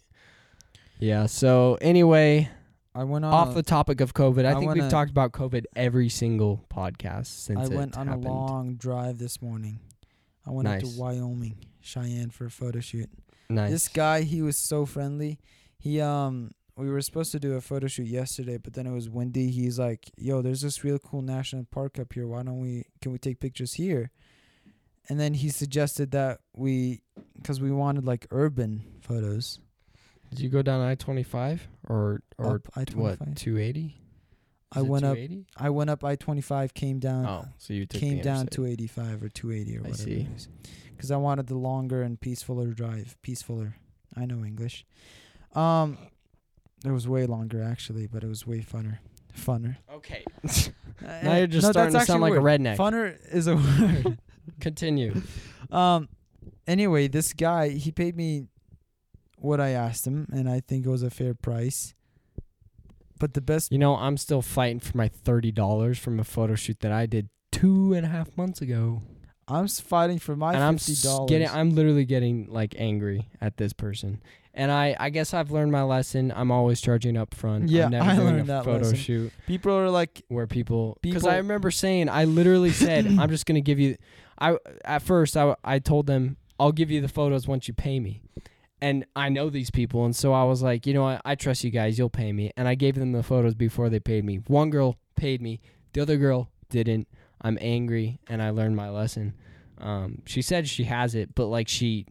A: Yeah. So anyway,
B: I went on
A: off
B: a-
A: the topic of COVID, I,
B: Uh, I
A: think we've
B: wanna-
A: talked about COVID every single podcast since
B: I
A: it
B: went on
A: happened.
B: a long drive this morning. I went up
A: Nice.
B: to Wyoming, Cheyenne for a photo shoot.
A: nice.
B: This guy, he was so friendly. He um we were supposed to do a photo shoot yesterday, but then it was windy. He's like, "Yo, there's this real cool national park up here. Why don't we can we take pictures here?" And then he suggested that we cuz we wanted like urban photos.
A: Did you go down I twenty five or or
B: up I-25.
A: what two eighty?
B: I went up I went up I-25, came down
A: Oh, so you took
B: came
A: the
B: down
A: interstate.
B: 285 or 280 or
A: I
B: whatever
A: see.
B: it is because i wanted the longer and peacefuler drive peacefuler i know english um it was way longer actually but it was way funner funner
A: Okay.
B: Uh,
A: Now you're just
B: no,
A: starting
B: that's
A: to sound like
B: actually
A: a
B: weird.
A: redneck.
B: funner is a word
A: Continue.
B: um anyway this guy he paid me what i asked him and i think it was a fair price But the best
A: You know, I'm still fighting for my thirty dollars from a photo shoot that I did two and a half months ago,
B: I'm s- fighting for my
A: and I'm
B: fifty
A: s-
B: dollars.
A: getting. I'm literally getting like angry at this person. And I, I guess I've learned my lesson. I'm always charging up front.
B: Yeah,
A: I'm never
B: I
A: doing
B: learned
A: a
B: that
A: photo
B: lesson.
A: shoot
B: People are like,
A: where people because
B: People-
A: I remember saying I literally said I'm just gonna give you. I at first I I told them I'll give you the photos once you pay me, and I know these people, and so I was like, you know, I, I trust you guys, you'll pay me, and I gave them the photos before they paid me. One girl paid me, the other girl didn't. I'm angry, and I learned my lesson. Um, she said she has it, but like she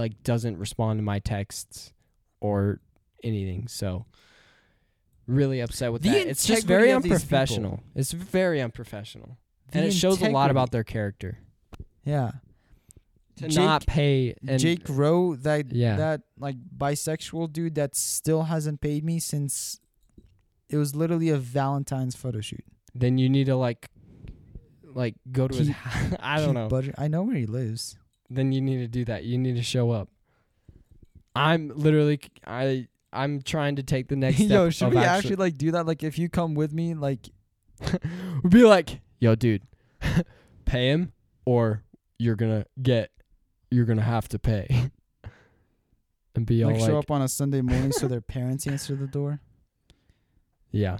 A: like doesn't respond to my texts or anything, so. Really upset with
B: The
A: that. It's just
B: integrity
A: very
B: of these people.
A: unprofessional. It's very unprofessional.
B: The
A: and it shows a lot
B: integrity.
A: about their character.
B: yeah.
A: To
B: Jake-
A: not pay and
B: Jake Rowe, that
A: Yeah.
B: that like bisexual dude that still hasn't paid me since it was literally a Valentine's photo shoot.
A: then you need to like like go to his
B: Keep-
A: house. I don't
B: Keep
A: know.
B: budget- I know where he lives.
A: Then you need to do that. You need to show up. I'm literally c- I I'm trying to take the next step.
B: Yo, should
A: of
B: we actually like do that? Like, if you come with me, like,
A: We'd be like, yo, dude, pay him or you're gonna get you're gonna have to pay. and be all
B: like
A: like,
B: show up on a Sunday morning so their parents answer the door.
A: Yeah.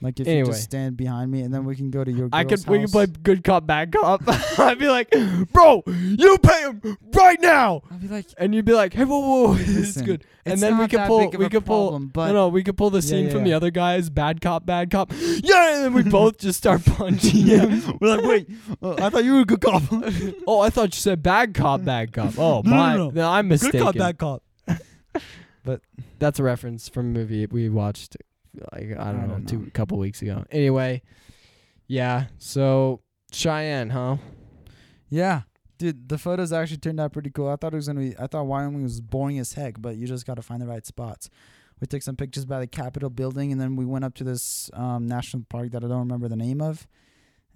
B: Like, if you
A: Anyway.
B: just stand behind me, and then we can go to your. Girl's
A: I could we could
B: house.
A: play good cop bad cop. I'd be like, bro, you pay him right now,
B: I'd be like,
A: and you'd be like, hey, whoa, whoa, whoa, this is
B: Listen,
A: good. And
B: it's
A: then we
B: not
A: could
B: that
A: pull-
B: big of
A: we
B: a
A: could pull-
B: problem, But
A: no, no, we could pull the
B: Yeah,
A: scene
B: yeah,
A: from the
B: yeah.
A: other guys, bad cop, bad cop. Yeah, and then we both just start punching. Yeah.
B: We're like, wait, uh, I thought you were a good cop.
A: Oh, I thought you said bad cop, bad cop. Oh
B: No, no,
A: my,
B: no.
A: I'm mistaken.
B: cop.
A: That's a reference from a movie we watched, like I don't,
B: I
A: know,
B: don't
A: two
B: know.
A: couple weeks ago. Anyway, yeah. So Cheyenne, huh?
B: Yeah. Dude, the photos actually turned out pretty cool. I thought it was gonna be I thought Wyoming was boring as heck, but you just gotta find the right spots. We took some pictures by the Capitol building and then we went up to this um, national park that I don't remember the name of.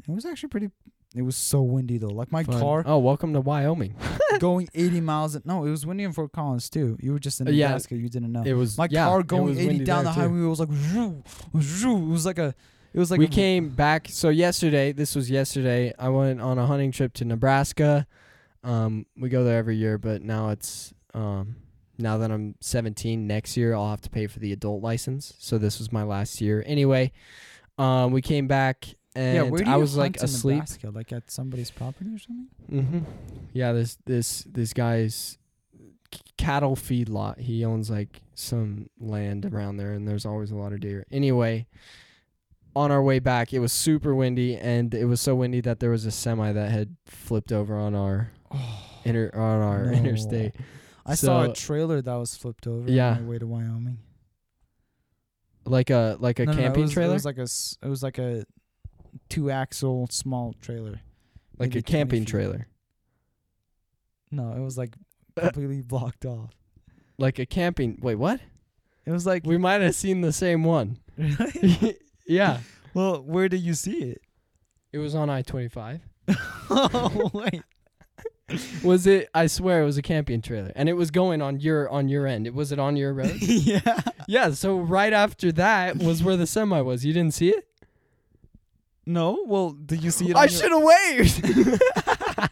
B: It was actually pretty it was so windy though. Like my
A: Fun.
B: car
A: Oh, welcome to Wyoming.
B: going eighty miles no, it was windy in Fort Collins too. You were just in
A: Uh, yeah.
B: Nebraska, you didn't know.
A: It was
B: my
A: yeah,
B: car
A: it
B: going
A: was
B: eighty
A: windy
B: down the
A: there, too.
B: highway was like "Vroom, vroom." it was like a it was like
A: we
B: a-
A: came back. So yesterday, this was yesterday. I went on a hunting trip to Nebraska. Um, we go there every year, but now it's um, now that I'm 17, next year I'll have to pay for the adult license. So this was my last year. Anyway, um, we came back and
B: yeah, where do
A: I
B: you
A: was like
B: hunt in
A: asleep.
B: Nebraska? Like at somebody's property or something?
A: Mm-hmm. Yeah, this this this guy's c- cattle feed lot. He owns like some land around there, and there's always a lot of deer. Anyway, on our way back, it was super windy, and it was so windy that there was a semi that had flipped over on our inter on our
B: Oh. No.
A: interstate.
B: I saw
A: So-
B: a trailer that was flipped over
A: Yeah.
B: on my way to Wyoming.
A: Like a like a
B: No, no, no,
A: camping
B: it was,
A: trailer,
B: It was like a s- it was like a two axle small trailer.
A: like
B: maybe
A: a
B: 20
A: camping
B: feet.
A: trailer,
B: No, it was like
A: Uh.
B: completely blocked off.
A: like a camping. Wait, what?
B: It was like
A: We might have seen the same one.
B: really?
A: yeah,
B: well, where did you see it?
A: it was on I twenty five.
B: oh wait.
A: Was it? I swear it was a camping trailer, and it was going on your on your end. It was it on your road?
B: yeah.
A: yeah. So right after that was where the semi was. You didn't see it?
B: No. Well, did you see it?
A: I
B: on your-
A: should have waved.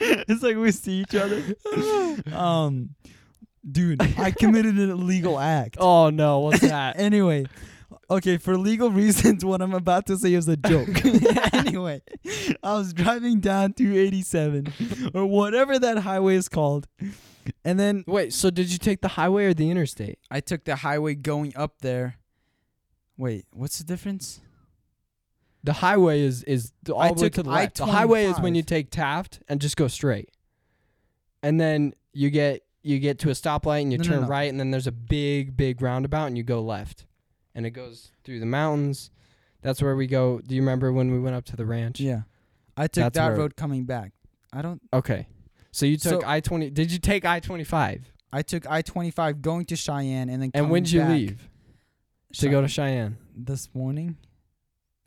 B: it's like we see each other. um, dude, I committed an illegal act.
A: oh no, what's that?
B: anyway, okay, for legal reasons, what I'm about to say is a joke. anyway, I was driving down 287 or whatever that highway is called. And then
A: Wait. So did you take the highway or the interstate?
B: I took the highway going up there. Wait, what's the difference?
A: The highway is is the- all
B: I
A: the way
B: took
A: to the left. The highway is when
B: I-25.
A: you take Taft and just go straight, and then you get you get to a stoplight and you
B: No, no,
A: turn
B: no.
A: right, and then there's a big big roundabout and you go left, and it goes through the mountains. That's where we go. Do you remember when we went up to the ranch?
B: Yeah. I took
A: That's
B: that
A: where-
B: road coming back. I don't
A: Okay. So you took
B: So-
A: I twenty. Did you take I twenty five?
B: I took I-25 going to Cheyenne and then
A: And
B: coming
A: when did you
B: back
A: leave to go to Cheyenne?
B: this morning?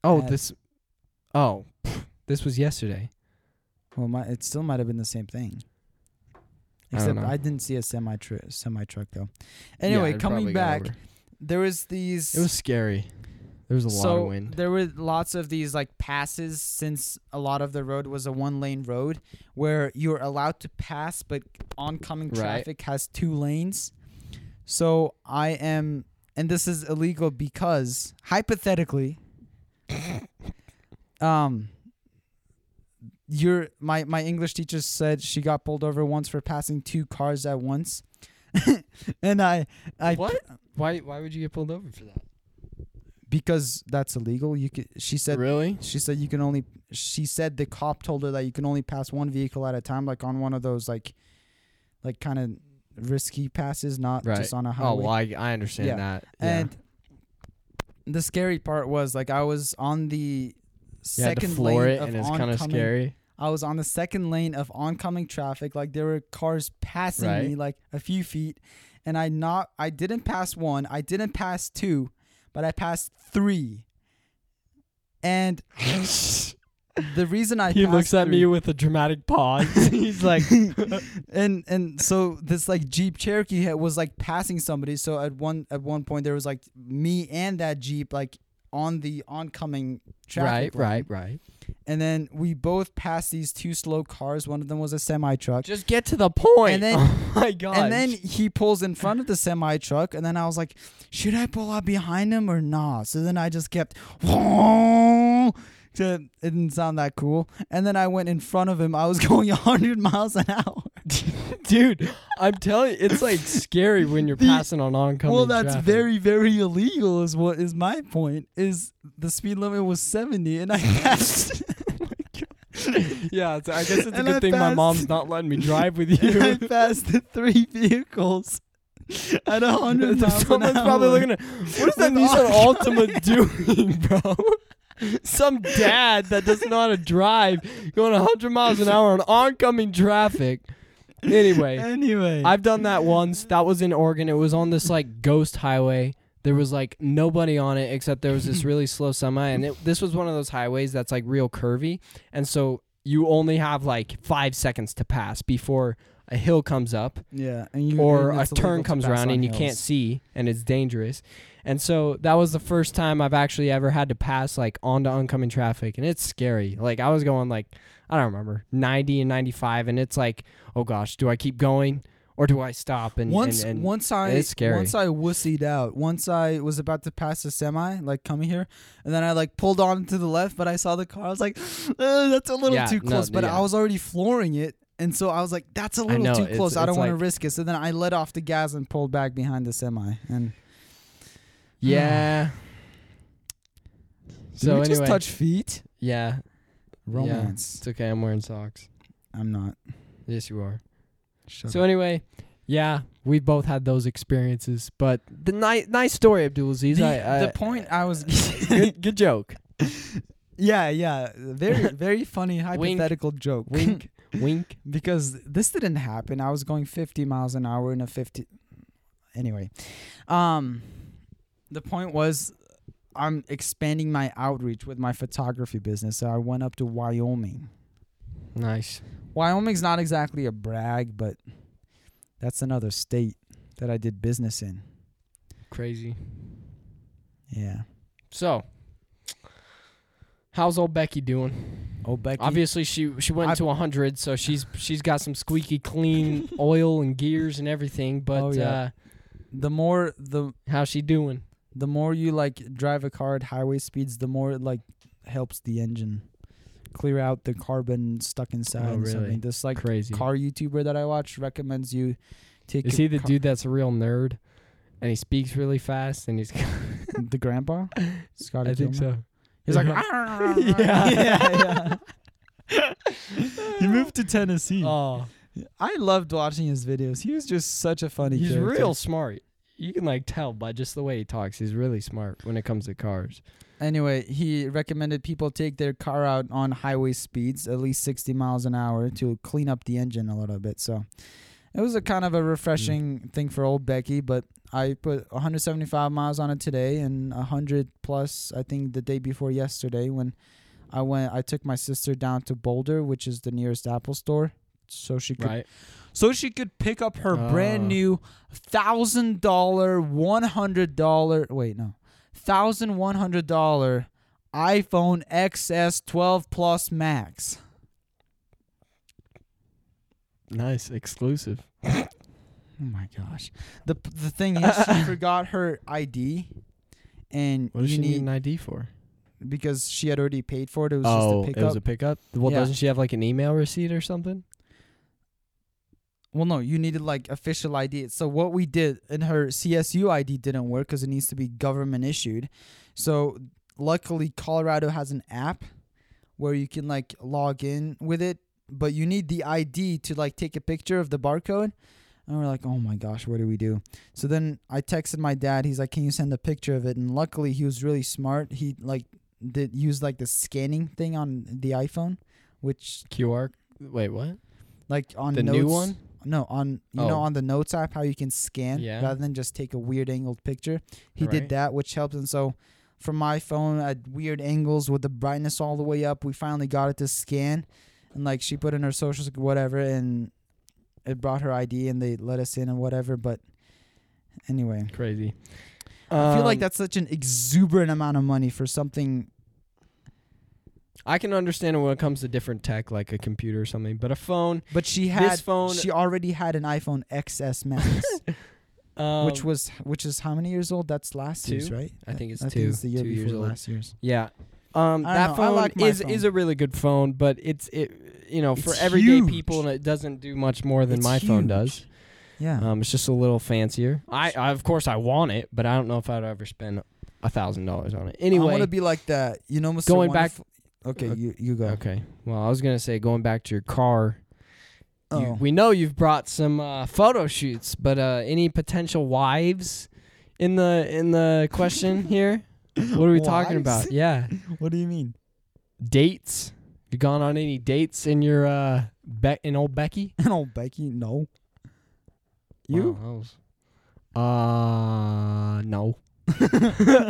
A: Oh,
B: At-
A: this. Oh, this was yesterday.
B: Well, my, it still might have been the same thing.
A: I don't
B: Except
A: know.
B: I, didn't see a semi semi truck though. Anyway,
A: Yeah, it probably got
B: coming back,
A: over.
B: there was these.
A: It was scary. There was a lot
B: so
A: of wind.
B: there were lots of these like passes since a lot of the road was a one lane road where you're allowed to pass but oncoming
A: Right.
B: traffic has two lanes so i am and this is illegal because hypothetically um your my my english teacher said she got pulled over once for passing two cars at once and i i
A: What? Why? Why would you get pulled over for that?
B: because that's illegal you could she said
A: really?
B: She said you can only. She said the cop told her that you can only pass one vehicle at a time, like on one of those like, like kind of risky passes, not
A: Right.
B: just on a
A: Oh,
B: highway.
A: well, I, I understand
B: Yeah.
A: that.
B: And the scary part was like I was on
A: you
B: the
A: had to
B: second
A: floor
B: lane
A: it,
B: of
A: and it's kind
B: oncoming.
A: of scary.
B: I was on the second lane of oncoming traffic. Like there were cars passing me
A: Right.
B: like a few feet, and I not. I didn't pass one. I didn't pass two, but I passed three. And the reason I
A: he
B: passed
A: looks at
B: three-
A: me with a dramatic pause. He's like,
B: and and so this like Jeep Cherokee had- was like passing somebody. So at one at one point there was like me and that Jeep like on the oncoming
A: right,
B: traffic. lane.
A: right, right.
B: And then we both passed these two slow cars. One of them was a semi truck.
A: Just get to the point.
B: And then-
A: oh my god.
B: And then he pulls in front of the semi truck, and then I was like, "Should I pull up behind him or not?" So then I just kept, to, it didn't sound that cool. And then I went in front of him. I was going 100 miles an hour.
A: dude, I'm telling you, it's like scary when you're
B: The-
A: passing on oncoming.
B: well that's
A: traffic.
B: very very illegal is what is my point is the speed limit was 70 and i passed
A: Yeah, it's, I guess it's a
B: And
A: good
B: I
A: thing my
B: passed-
A: mom's not letting me drive with
B: and i
A: you.
B: passed the three vehicles at 100 miles an
A: Someone's
B: hour.
A: probably looking at what is that
B: With
A: Nissan
B: all-
A: Altima doing, bro? Some dad that doesn't know how to drive going 100 miles an hour on oncoming traffic. Anyway,
B: anyway
A: I've done that once. That was in Oregon. It was on this like ghost highway. There was like nobody on it except there was this really slow semi, and it, this was one of those highways that's like real curvy, and so you only have like five seconds to pass before a hill comes up
B: yeah and you
A: or
B: and
A: a
B: it's illegal
A: turn
B: to
A: comes
B: pass
A: around
B: on
A: and you can't
B: hills.
A: see and it's dangerous. And so that was the first time I've actually ever had to pass like onto oncoming traffic and it's scary. Like I was going like I don't remember 90 and 95 and it's like oh gosh, do I keep going or do I stop and
B: once
A: and, and
B: once I
A: it's scary.
B: once I wussied out. Once I was about to pass a semi, like coming here, and then I like pulled on to the left, but I saw the car. I was like, "Uh, that's a little
A: Yeah,
B: too
A: no,
B: close. but
A: yeah.
B: I was already flooring it, and so I was like, that's a little
A: know,
B: too
A: it's-
B: close. I
A: it's
B: don't want
A: like-
B: to risk it. So then I let off the gas and pulled back behind the semi. And
A: yeah.
B: Did
A: so
B: we
A: anyway,
B: just touch feet.
A: yeah,
B: Romance.
A: it's okay. I'm wearing socks.
B: I'm not.
A: Yes, you are.
B: Shut
A: So
B: up.
A: anyway, yeah, we both had those experiences, but the ni- nice story, Abdulaziz.
B: The,
A: I, I,
B: the point I was.
A: good, good joke.
B: yeah, yeah. Very, very funny hypothetical joke.
A: Wink, wink.
B: because this didn't happen. I was going 50 miles an hour in a 50 anyway. Um the point was I'm expanding my outreach with my photography business. So I went up to Wyoming.
A: Nice.
B: Wyoming's not exactly a brag, but that's another state that I did business in.
A: Crazy.
B: Yeah.
A: So, how's old Becky doing?
B: Oh, Becky.
A: Obviously, she she went
B: I've-
A: to 100, so she's she's got some squeaky clean oil and gears and everything. But
B: Oh, yeah.
A: uh,
B: The more the
A: how's she doing?
B: the more you like drive a car at highway speeds, the more it like helps the engine clear out the carbon stuck inside.
A: Oh,
B: and
A: really?
B: something. This like
A: Crazy.
B: car YouTuber that I watch recommends you take.
A: Is
B: your
A: he the
B: car-
A: dude that's a real nerd? And he speaks really fast, and he's.
B: The grandpa? Scotty.
A: I think
B: Gilmore?
A: so.
B: He's like. "Ah!"
A: Yeah.
B: yeah.
A: Yeah.
B: yeah, yeah. he moved to Tennessee.
A: Oh,
B: I loved watching his videos. He was just such a funny.
A: he's
B: character.
A: real smart. You can like tell by just the way he talks. He's really smart when it comes to cars.
B: Anyway, he recommended people take their car out on highway speeds, at least 60 miles an hour, to clean up the engine a little bit. So it was a kind of a refreshing thing for old Becky, but I put 175 miles on it today and 100 plus, I think, the day before yesterday when I went, I took my sister down to Boulder, which is the nearest Apple store. So she could,
A: Right.
B: so she could pick up her brand
A: Ah.
B: new thousand dollar, one hundred dollar. Wait, no, thousand one hundred dollar iPhone XS 12 Plus Max.
A: Nice, exclusive.
B: Oh my gosh. The the thing is, she forgot her ID, and
A: What does
B: you
A: she need
B: need
A: an ID for?
B: because she had already paid for it. It was
A: oh,
B: just a
A: it was
B: pickup.
A: a pickup. Well,
B: Yeah.
A: doesn't she have like an email receipt or something?
B: well, no, you needed like official ID. So what we did in her CSU ID didn't work because it needs to be government issued. So luckily, Colorado has an app where you can like log in with it, but you need the ID to like take a picture of the barcode. And we're like, oh my gosh, what do we do? So then I texted my dad. He's like, can you send a picture of it? And luckily, he was really smart. He like did use like the scanning thing on the iPhone, which
A: QR. Wait, what?
B: like on
A: The
B: notes,
A: new one?
B: No, on you know
A: Oh.
B: on the notes app how you can scan
A: Yeah.
B: rather than just take a weird angled picture. He
A: Right.
B: did that, which helped. And so from my phone at weird angles with the brightness all the way up, we finally got it to scan. And like she put in her socials whatever, and it brought her ID, and they let us in and whatever. But anyway,
A: Crazy.
B: I
A: Um,
B: feel like that's such an exuberant amount of money for something.
A: I can understand it when it comes to different tech, like a computer or something, but a phone.
B: But she had
A: this phone,
B: she already had an iPhone XS Max.
A: um,
B: which was which is how many years old? That's last year's,
A: Two?
B: right?
A: I think it's
B: I
A: two.
B: Think it's the year
A: two
B: before
A: years old.
B: last year's.
A: Yeah. Um,
B: I don't
A: that
B: know, I
A: phone
B: like my
A: is is
B: phone.
A: a really good phone, but it's it you know for
B: It's
A: everyday
B: huge.
A: people and it doesn't do much more than
B: It's
A: my phone
B: huge.
A: does.
B: Yeah.
A: Um, it's just a little fancier. I, I of course I want it, but I don't know if I'd ever spend a thousand dollars on it.
B: I want
A: Anyway,
B: to be like that. You know, Mr.
A: Going back-
B: Wonderful- Okay,
A: Uh,
B: you you go.
A: okay. Well, I was gonna say going back to your car. you-
B: Oh.
A: we know you've brought some uh, photo shoots, but uh, any potential wives in the in the question here? What are we talking
B: Wives?
A: about? Yeah,
B: what do you mean?
A: dates. You gone on any dates in your uh be- in old Becky?
B: An old Becky? No. You?
A: Wow, that was- uh no.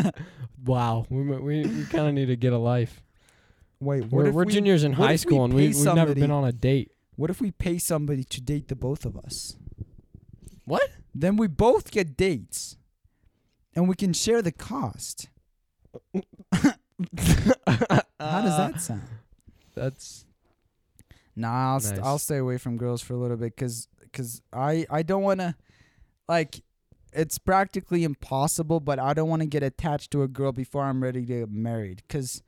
A: wow, we mi- we, we kind of need to get a life.
B: Wait, what
A: We're,
B: if
A: we're
B: we,
A: juniors in
B: what
A: high
B: if we
A: school and we,
B: pay
A: we've never been
B: somebody-
A: on a date.
B: What if we pay somebody to date the both of us?
A: What?
B: Then we both get dates, and we can share the cost. How does that sound?
A: Uh, That's
B: Nah, I'll, st- I'll
A: Nice.
B: stay away from girls for a little bit because cause I, I don't want to, like, it's practically impossible, but I don't want to get attached to a girl before I'm ready to get married because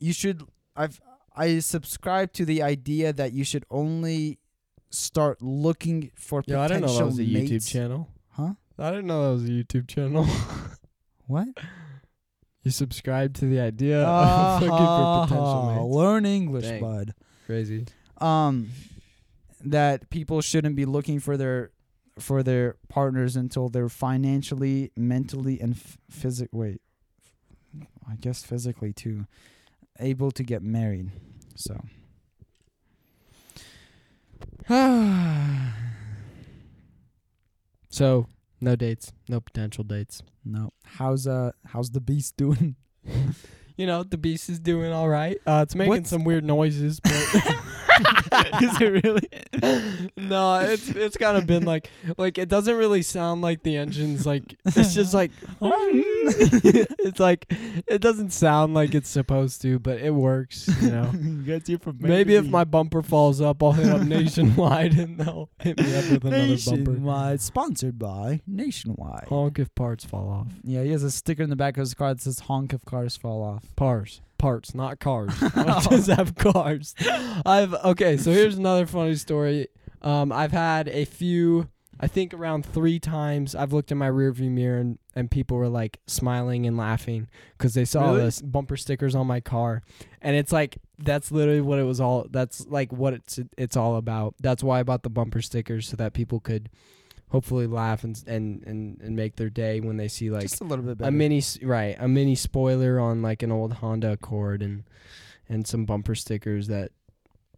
B: you should, I've, I subscribe to the idea that you should only start looking for
A: yo. I
B: potential
A: didn't know that was a
B: mates.
A: YouTube channel.
B: Huh?
A: I didn't know that was a YouTube channel.
B: What?
A: you subscribe to the idea of looking for
B: Uh-huh.
A: potential mates.
B: Learn English,
A: Dang.
B: bud.
A: Crazy.
B: um that people shouldn't be looking for their for their partners until they're financially, mentally and f- physic wait. I guess physically too able to get married. So
A: So no dates, no potential dates.
B: no. How's uh how's the beast doing?
A: You know the beast is doing all right. Uh, it's making
B: What's-
A: some weird noises, but
B: Is it really?
A: no, it's it's kind of been like like it doesn't really sound like the engine's like it's just like it's like it doesn't sound like it's supposed to, but it works, you know.
B: Gets you from
A: Maybe if my bumper falls up, I'll hit up Nationwide and they'll hit me up with another bumper.
B: Nationwide sponsored by Nationwide.
A: Honk if parts fall off.
B: Yeah, he has a sticker in the back of his car that says "Honk if cars fall off."
A: Parts, parts, not cars. I just have cars. I've okay. So here's another funny story. Um, I've had a few. I think around three times I've looked in my rearview mirror and, and people were like smiling and laughing because they saw
B: Really?
A: the s- bumper stickers on my car, and it's like that's literally what it was all. That's like what it's it's all about. That's why I bought the bumper stickers so that people could hopefully laugh and s- and and, and make their day when they see like
B: Just a little bit better.
A: a mini s- right a mini spoiler on like an old honda accord and and some bumper stickers that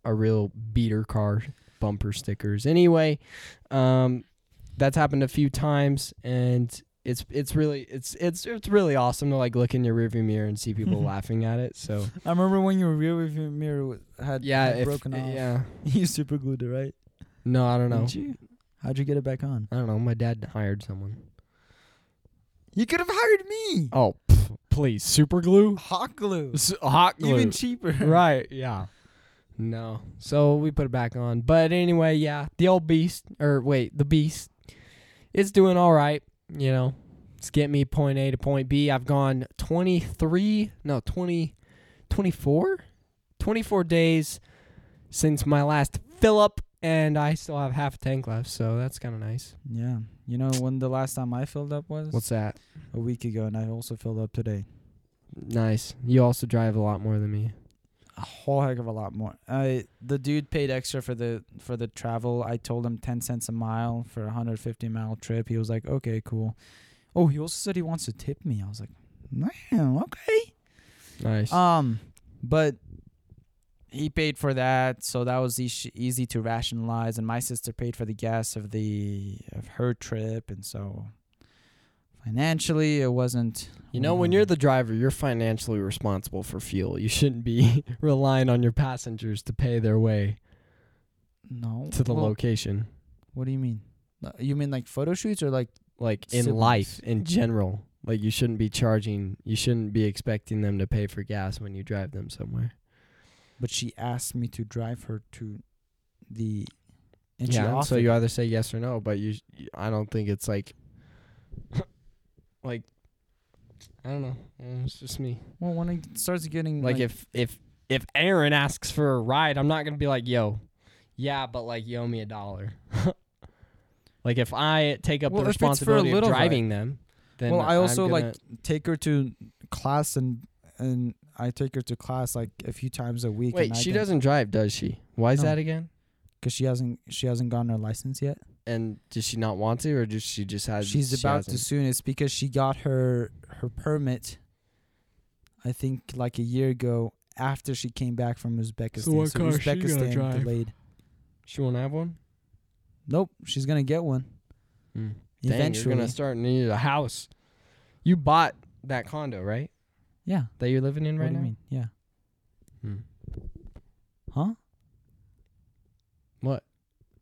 A: are real beater car bumper stickers anyway um that's happened a few times and it's it's really it's it's it's really awesome to like look in your rearview mirror and see people laughing at it so
B: I remember when your rear view mirror wa- had
A: yeah
B: had
A: if, eh,
B: broken off.
A: yeah
B: you super glued it, right?
A: No, I don't know.
B: Did you? How'd you get it back on?
A: I don't know. My dad hired someone.
B: You could have hired me.
A: Oh, pff, please, super glue,
B: Hot glue.
A: S- hot glue.
B: Even cheaper.
A: right? Yeah. No. So we put it back on. But anyway, yeah, the old beast, or wait, the beast, it's doing all right. You know, it's getting me point A to point B. I've gone 23, no, 20, 24? 24 days since my last fill up, and I still have half a tank left. So that's kind of nice.
B: Yeah. You know when the last time I filled up was?
A: What's that?
B: a week ago, and I also filled up today.
A: Nice. You also drive a lot more than me.
B: A whole heck of a lot more. I the dude paid extra for the for the travel. I told him ten cents a mile for a 150 mile trip. He was like, okay, cool. Oh, he also said he wants to tip me. I was like, man, okay.
A: Nice.
B: Um, but he paid for that, so that was easy, easy to rationalize. And my sister paid for the gas of the of her trip, and so financially, it wasn't.
A: You know, when you're the driver, you're financially responsible for fuel. You shouldn't be relying on your passengers to pay their way
B: no
A: to the
B: well,
A: location.
B: What do you mean? Uh, You mean like photo shoots or like
A: Like in
B: siblings.
A: life in general, like you shouldn't be charging, you shouldn't be expecting them to pay for gas when you drive them somewhere.
B: but she asked me to drive her to the and she
A: yeah, and
B: offered
A: so you either say yes or no, but you I don't think it's like like I don't know. Mm, It's just me.
B: well when it starts getting
A: Like, if if if Aaron asks for a ride, I'm not gonna be like, yo, yeah, but like you owe me a dollar. like if I take up
B: Well,
A: the
B: if it's for a
A: responsibility of
B: little
A: driving them, then
B: well I
A: I'm
B: also like
A: gonna-
B: take her to class and and I take her to class like a few times a week
A: Wait,
B: and
A: she doesn't drive, does she? Why is
B: No.
A: that again?
B: because she hasn't she hasn't gotten her license yet
A: And does she not want to, or does she just has?
B: she's
A: she
B: about to
A: hasn't?
B: soon it's because she got her her permit I think like a year ago after she came back from Uzbekistan
A: what
B: so
A: car she gonna
B: Uzbekistan
A: drive?
B: delayed
A: She won't have one.
B: nope she's gonna get one
A: Mm. Dang, you're
B: eventually
A: gonna start need a house. You bought that condo, right?
B: yeah
A: That you're living in
B: What
A: right
B: do you
A: now.
B: mean? Yeah.
A: Hmm.
B: Huh?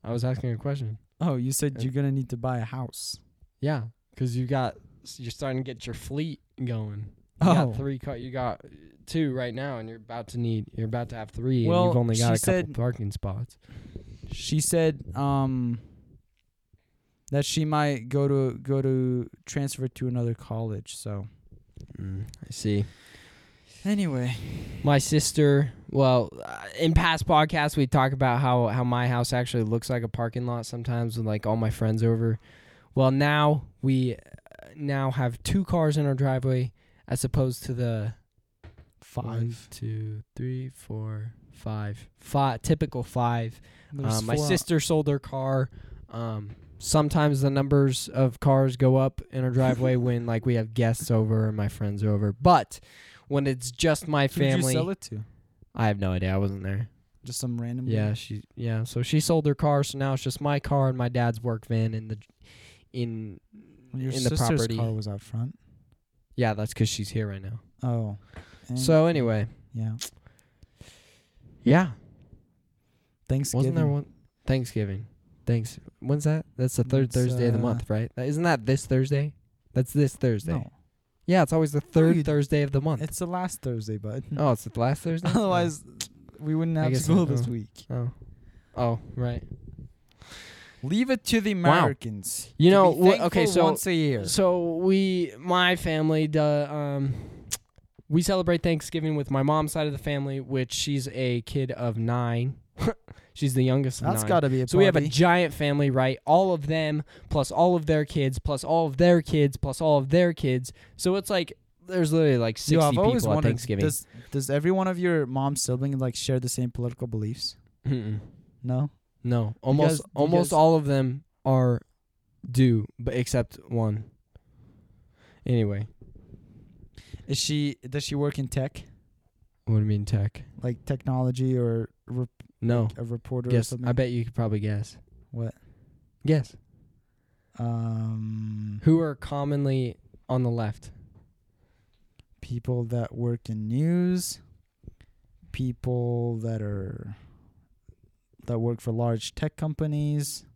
A: I was asking a question.
B: Oh, you said
A: Uh,
B: you're gonna need to buy a house.
A: Yeah, because you got you're starting to get your fleet going. You
B: Oh.
A: got three car. You got two right now, and you're about to need. You're about to have three,
B: Well,
A: and you've only
B: she
A: got a couple
B: said-
A: parking spots.
B: She said um that she might go to go to transfer to another college. So
A: Mm, I see.
B: anyway,
A: My sister. Well, uh, in past podcasts, we talk about how how my house actually looks like a parking lot sometimes, with like all my friends over. Well, now we uh, now have two cars in our driveway, as opposed to the one,
B: five.
A: two, three, four, five, five. Typical five. Um, my sister sold her car. Um, sometimes the numbers of cars go up in our driveway when like we have guests over and my friends are over. But when it's just my
B: Who'd you sell
A: family,
B: it to?
A: I have no idea. I wasn't there.
B: Just some random.
A: Yeah,
B: dude?
A: she yeah. So she sold her car, so now it's just my car and my dad's work van in the in
B: Well, Your
A: in the
B: sister's
A: property.
B: car was out front.
A: Yeah, that's because she's here right now.
B: Oh. And-
A: So anyway,
B: yeah.
A: yeah.
B: Thanksgiving.
A: Wasn't there one Thanksgiving? Thanks. When's that? That's the third
B: That's,
A: Thursday of the
B: uh,
A: month, right? That- Isn't that this Thursday? That's this Thursday.
B: No,
A: Yeah, it's always the third
B: you-
A: Thursday of the month.
B: it's the last Thursday, bud.
A: oh, it's the last Thursday. Oh.
B: Otherwise, we wouldn't
A: I
B: have
A: guess I-
B: school this
A: oh.
B: week.
A: Oh. Oh, right.
B: Leave it to the
A: Wow.
B: Americans.
A: You
B: to
A: know,
B: be
A: wha- okay,
B: thankful
A: so-
B: once a year.
A: So we, my family, duh, um, we celebrate Thanksgiving with my mom's side of the family, which she's a kid of nine. she's the youngest. Of
B: That's
A: nine.
B: got to be a
A: So we have a
B: party.
A: giant family, right? All of them, plus all of their kids, plus all of their kids, plus all of their kids. So it's like there's literally like sixty
B: Yo, I've always
A: people at
B: wondered,
A: Thanksgiving.
B: Does does every one of your mom's siblings like share the same political beliefs?
A: Mm-mm.
B: No.
A: No, almost
B: guys- you
A: almost
B: guys-
A: all of them are do, but except one. Anyway,
B: Is she does she work in tech,
A: what do you mean tech?
B: like technology or rep,
A: No,
B: a reporter or
A: guess.
B: something?
A: I bet you could probably guess.
B: What?
A: Guess
B: Um,
A: who are commonly on the left?
B: people that work in news, people that are that work for large tech companies.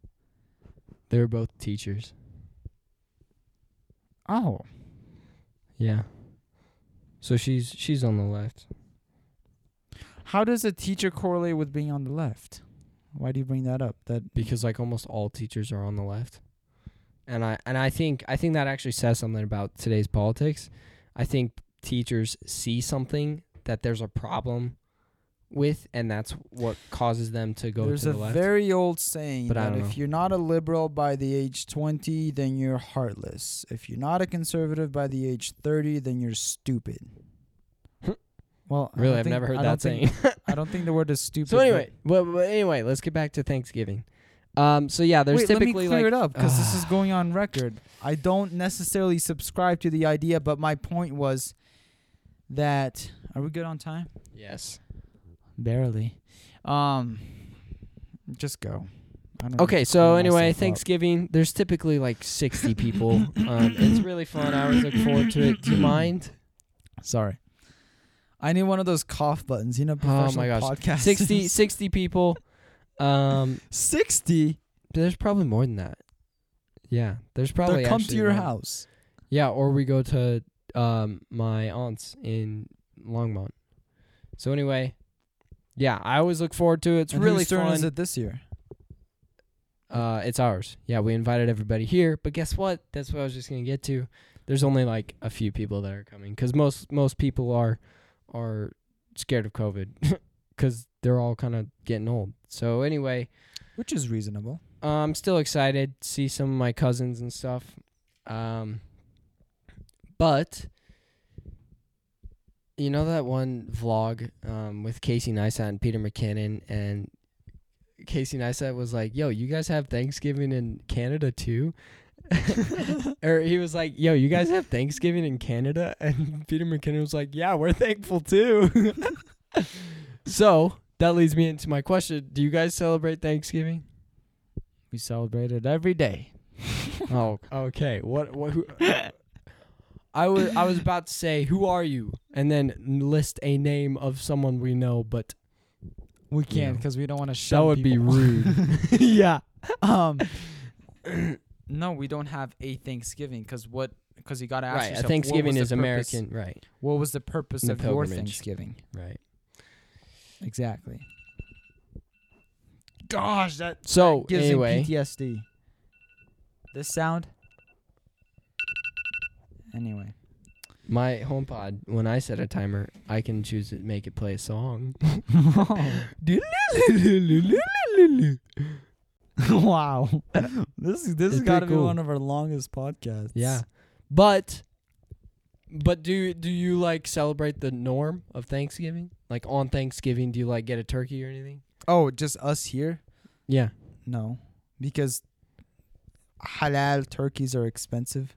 A: They were both teachers.
B: Oh,
A: Yeah. So she's she's on the left.
B: how does a teacher correlate with being on the left? Why do you bring that up? That
A: because like almost all teachers are on the left. And I and I think I think that actually says something about today's politics. I think teachers see something that there's a problem with and that's what causes them to go
B: there's
A: to
B: a
A: the left.
B: very old saying
A: But I
B: that
A: don't
B: if
A: know.
B: you're not a liberal by the age 20, then you're heartless. If you're not a conservative by the age 30, then you're stupid. well, I
A: really,
B: don't
A: I've
B: think-
A: never heard
B: I
A: that
B: don't think-
A: saying.
B: I don't think the word is stupid.
A: so
B: but-
A: anyway, well, but anyway, let's get back to Thanksgiving. Um so yeah, there's
B: Wait, let
A: typically
B: me clear
A: like
B: it up because this is going on record. I don't necessarily subscribe to the idea, but my point was that are we good on time?
A: yes.
B: Barely. Um, just go. I don't
A: Okay,
B: need to
A: so
B: clear
A: anyway,
B: myself up.
A: Thanksgiving. There's typically like 60 people. um, it's really fun. I always look forward to it. Do you mind?
B: Sorry. I need one of those cough buttons. You know, professional
A: Oh my gosh.
B: podcast.
A: 60, 60 people. Um,
B: 60?
A: there's probably more than that. Yeah, there's probably
B: They'll come to
A: actually
B: your
A: more.
B: house.
A: Yeah, or we go to um my aunt's in Longmont. So anyway, yeah, I always look forward to it. It's
B: And
A: really
B: whose turn
A: fun.
B: is it this year?
A: Uh, it's ours. Yeah, we invited everybody here, but guess what? That's what I was just gonna get to. There's only like a few people that are coming because most most people are are scared of COVID because they're all kind of getting old. So anyway,
B: Which is reasonable.
A: uh, I'm still excited to see some of my cousins and stuff. Um, but you know that one vlog um, with Casey Neistat and Peter McKinnon, and Casey Neistat was like, "Yo, you guys have Thanksgiving in Canada too." or he was like, "Yo, you guys have Thanksgiving in Canada," and Peter McKinnon was like, "Yeah, we're thankful too." so that leads me into my question: Do you guys celebrate Thanksgiving?
C: We celebrate it every day.
A: Oh, okay. What? What? Who, I was I was about to say, who are you? And then list a name of someone we know, but
B: We
A: Yeah.
B: can't because we don't want to show.
A: that would be rude.
B: yeah. Um. no, we don't have a Thanksgiving because what? Because you gotta ask
A: right. A
B: yourself. what
A: Thanksgiving
B: was the
A: is
B: purpose-
A: American. Right.
B: What was the purpose
A: The
B: of your
A: pilgrimage.
B: Thanksgiving?
A: Right.
B: Exactly. Gosh, that
A: So
B: gives
A: anyway,
B: me PTSD. This sound. Anyway,
A: my HomePod. When I set a timer, I can choose to make it play a song.
B: wow, this is this
A: It's
B: has got to
A: pretty
B: be
A: cool.
B: one of our longest podcasts.
A: yeah, but but do do you like celebrate the norm of Thanksgiving? Like on Thanksgiving, do you like get a turkey or anything?
B: Oh, just us here?
A: Yeah.
B: No, because halal turkeys are expensive.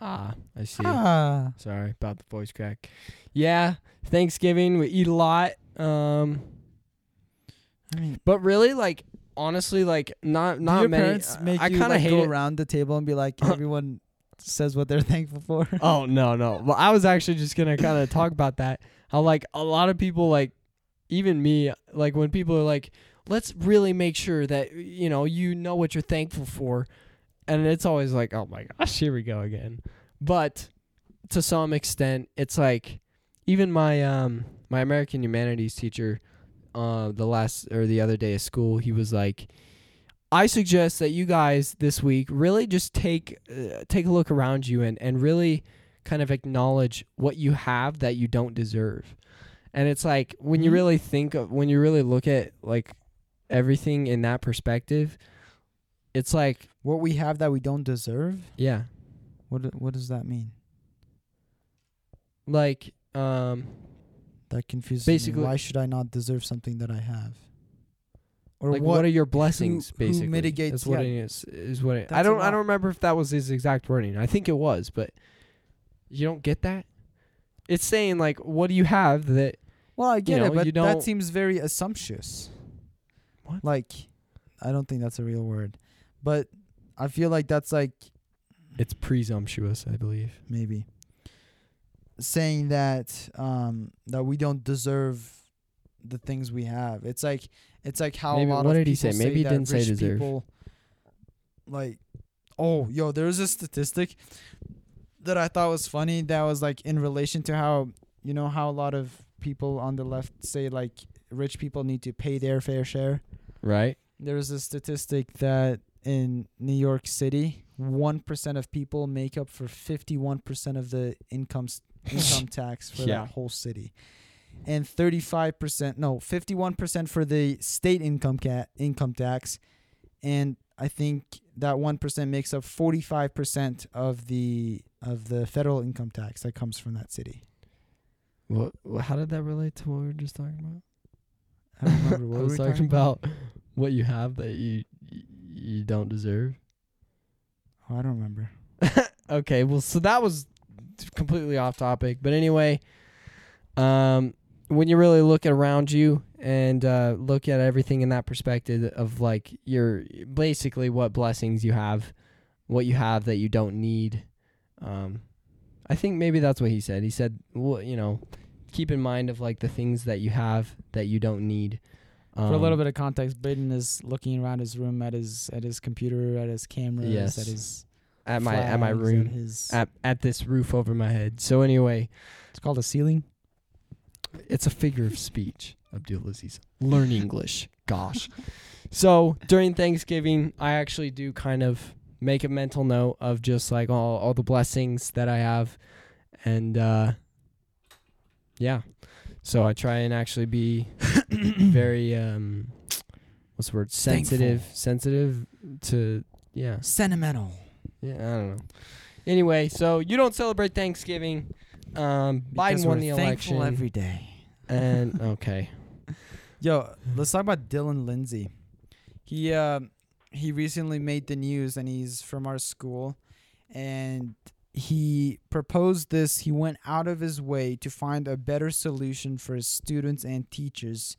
A: Ah, I see.
B: Ah.
A: Sorry about the voice crack. Yeah, Thanksgiving we eat a lot. Um,
B: I mean,
A: but really, like honestly, like not
B: do
A: not
B: your
A: many.
B: parents
A: I-
B: make
A: I
B: you
A: kind of
B: like,
A: hate
B: go
A: it.
B: around the table and be like, everyone says what they're thankful for.
A: Oh no no! Well, I was actually just gonna kind of talk about that. How like a lot of people like, even me, like when people are like, let's really make sure that you know you know what you're thankful for, and it's always like, oh my gosh, here we go again. But to some extent, it's like even my um my American humanities teacher, uh, the last or the other day of school, he was like. I suggest that you guys this week really just take uh, take a look around you and and really kind of acknowledge what you have that you don't deserve. And it's like when you
B: Mhm.
A: really think of when you really look at like everything in that perspective, it's like
B: what we have that we don't deserve?
A: yeah,
B: What do- What does that mean?
A: like um
B: That confuses
A: Basically-
B: me. Why should I not deserve something that I have? Or
A: like
B: what?
A: what, are your blessings
B: who
A: basically?
B: mitigates-
A: is what
B: yeah.
A: it is is what it, I
B: That's a
A: don't I
B: lot.
A: don't remember if that was his exact wording. I think it was, but you don't get that. It's saying like what do you have that
B: well, I get
A: know,
B: it, but
A: you
B: that
A: don't-
B: seems very assumptuous.
A: What?
B: Like, I don't think that's a real word, but I feel like that's like
A: It's presumptuous, I believe.
B: maybe saying that um that we don't deserve the things we have. It's like it's like how
A: Maybe-
B: a lot
A: what
B: of
A: did he
B: people
A: say? Maybe he
B: that
A: didn't say
B: rich
A: deserve.
B: people like oh yo, there was a statistic that I thought was funny that was like in relation to how you know how a lot of people on the left say like rich people need to pay their fair share.
A: right?
B: There was a statistic that in New York City, 1% of people make up for 51% of the income s- income tax for
A: Yeah.
B: that whole city. And 35%, no, 51% for the state income ca- income tax. And I think that 1% makes up 45% of the of the federal income tax that comes from that city.
A: What, how did that relate to what we were just talking about?
B: I don't remember what
A: I
B: we were
A: was talking about what you have that you you don't deserve.
B: Oh, I don't remember.
A: okay, well, so that was completely off topic, but anyway, um, when you really look around you and uh, look at everything in that perspective of like your basically what blessings you have, what you have that you don't need, um, I think maybe that's what he said. He said, well, you know, keep in mind of like the things that you have that you don't need.
B: For a
A: Um,
B: little bit of context, Braden is looking around his room at his at his computer, at his cameras,
A: Yes.
B: at his
A: at my at my
B: flags, At
A: room
B: his,
A: at at this roof over my head. So anyway,
B: it's called a ceiling.
A: it's a figure of speech, Abdul Aziz. Learn English. Gosh. So during Thanksgiving, I actually do kind of make a mental note of just like all, all the blessings that I have. And uh, yeah. So I try and actually be very, um, what's the word? Sensitive. Sensitive to, yeah.
B: Sentimental.
A: Yeah, I don't know. Anyway, so you don't celebrate Thanksgiving. Um, Biden won the election.
B: every day.
A: and okay.
B: Yo, let's talk about Dylan Lindsay. He uh, he recently made the news, and he's from our school, and he proposed this. He went out of his way to find a better solution for his students and teachers,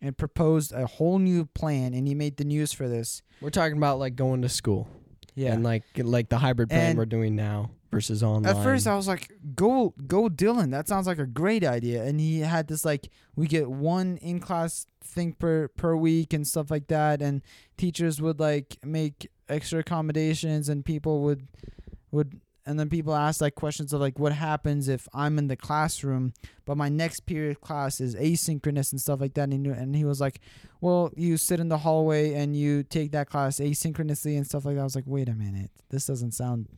B: and proposed a whole new plan. And he made the news for this.
A: We're talking about like going to school
B: Yeah.
A: and like like the hybrid plan
B: And-
A: we're doing now versus online. Uh,
B: At first, I was like, "Go, go, Dylan! That sounds like a great idea." And he had this like, we get one in class thing per per week and stuff like that, and teachers would like make extra accommodations, and people would would, and then people asked like questions of like, what happens if I'm in the classroom, but my next period class is asynchronous and stuff like that, and he, knew- and he was like, "Well, you sit in the hallway and you take that class asynchronously and stuff like that." I was like, "Wait a minute, this doesn't sound."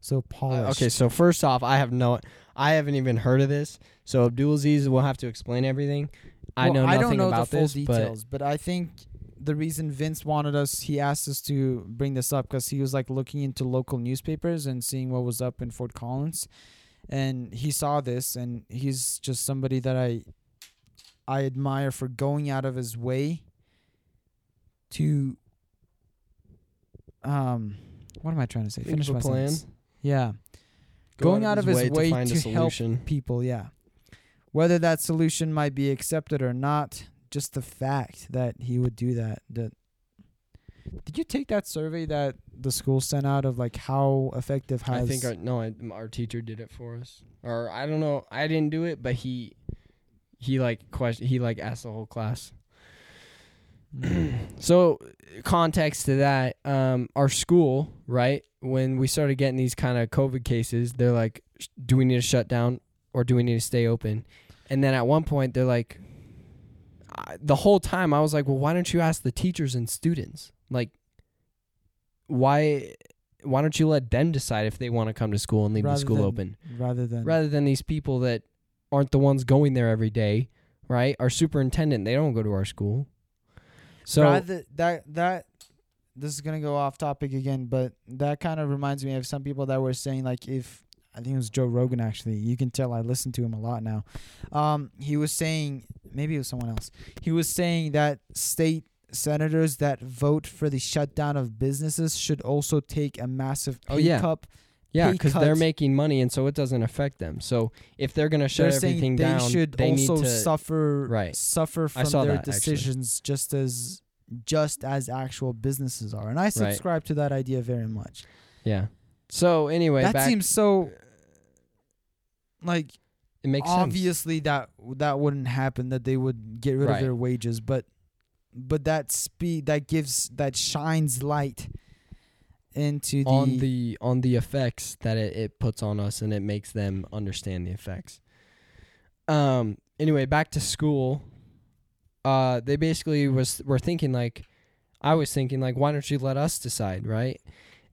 B: So
A: Uh,
B: polished.
A: okay, so first off, I have no, I haven't even heard of this. So Abdul Aziz will have to explain everything. I
B: Well,
A: know nothing
B: I don't know
A: about
B: the full
A: this,
B: details, but, I think the reason Vince wanted us, he asked us to bring this up because he was like looking into local newspapers and seeing what was up in Fort Collins, and he saw this, and he's just somebody that I, I admire for going out of his way. To. Um, what am I trying to say?
A: Think of
B: Finish
A: a
B: my
A: plan.
B: sentence. Yeah
A: but
B: going out of his way to help people, yeah. Whether that solution might be accepted or not, just the fact that he would do that. That did you take that survey that the school sent out of like how effective has
A: I think our, no, I, our teacher did it for us, or I don't know, I didn't do it, but he, he like question, he like asked the whole class. so context to that um, our school right when we started getting these kind of covid cases they're like "Sh- do we need to shut down or do we need to stay open and then at one point they're like I, the whole time i was like well why don't you ask the teachers and students like why why don't you let them decide if they want to come to school and leave
B: Rather
A: the school
B: than-
A: open
B: rather than
A: rather than these people that aren't the ones going there every day right our superintendent they don't go to our school so
B: rather that that this is gonna go off topic again, but that kind of reminds me of some people that were saying like if I think it was Joe Rogan actually. You can tell I listen to him a lot now. Um, he was saying maybe it was someone else. He was saying that state senators that vote for the shutdown of businesses should also take a massive pay
A: Oh, yeah.
B: cup.
A: Yeah,
B: pay
A: because they're
B: cuts.
A: making money, and so it doesn't affect them. So if they're gonna shut
B: They're saying
A: everything
B: they
A: down,
B: should
A: they
B: also
A: need to.
B: suffer
A: Right.
B: suffer from
A: saw
B: their
A: that, actually.
B: decisions just as just as actual businesses are. And I subscribe to that idea very much.
A: yeah. So anyway,
B: that
A: back
B: seems so like
A: It makes sense.
B: obviously that that wouldn't happen that they would get rid
A: Right.
B: of their wages but but that speed that gives that shines light into the,
A: on the on the effects that it, it puts on us and it makes them understand the effects um anyway back to school uh they basically was were thinking like i was thinking like why don't you let us decide right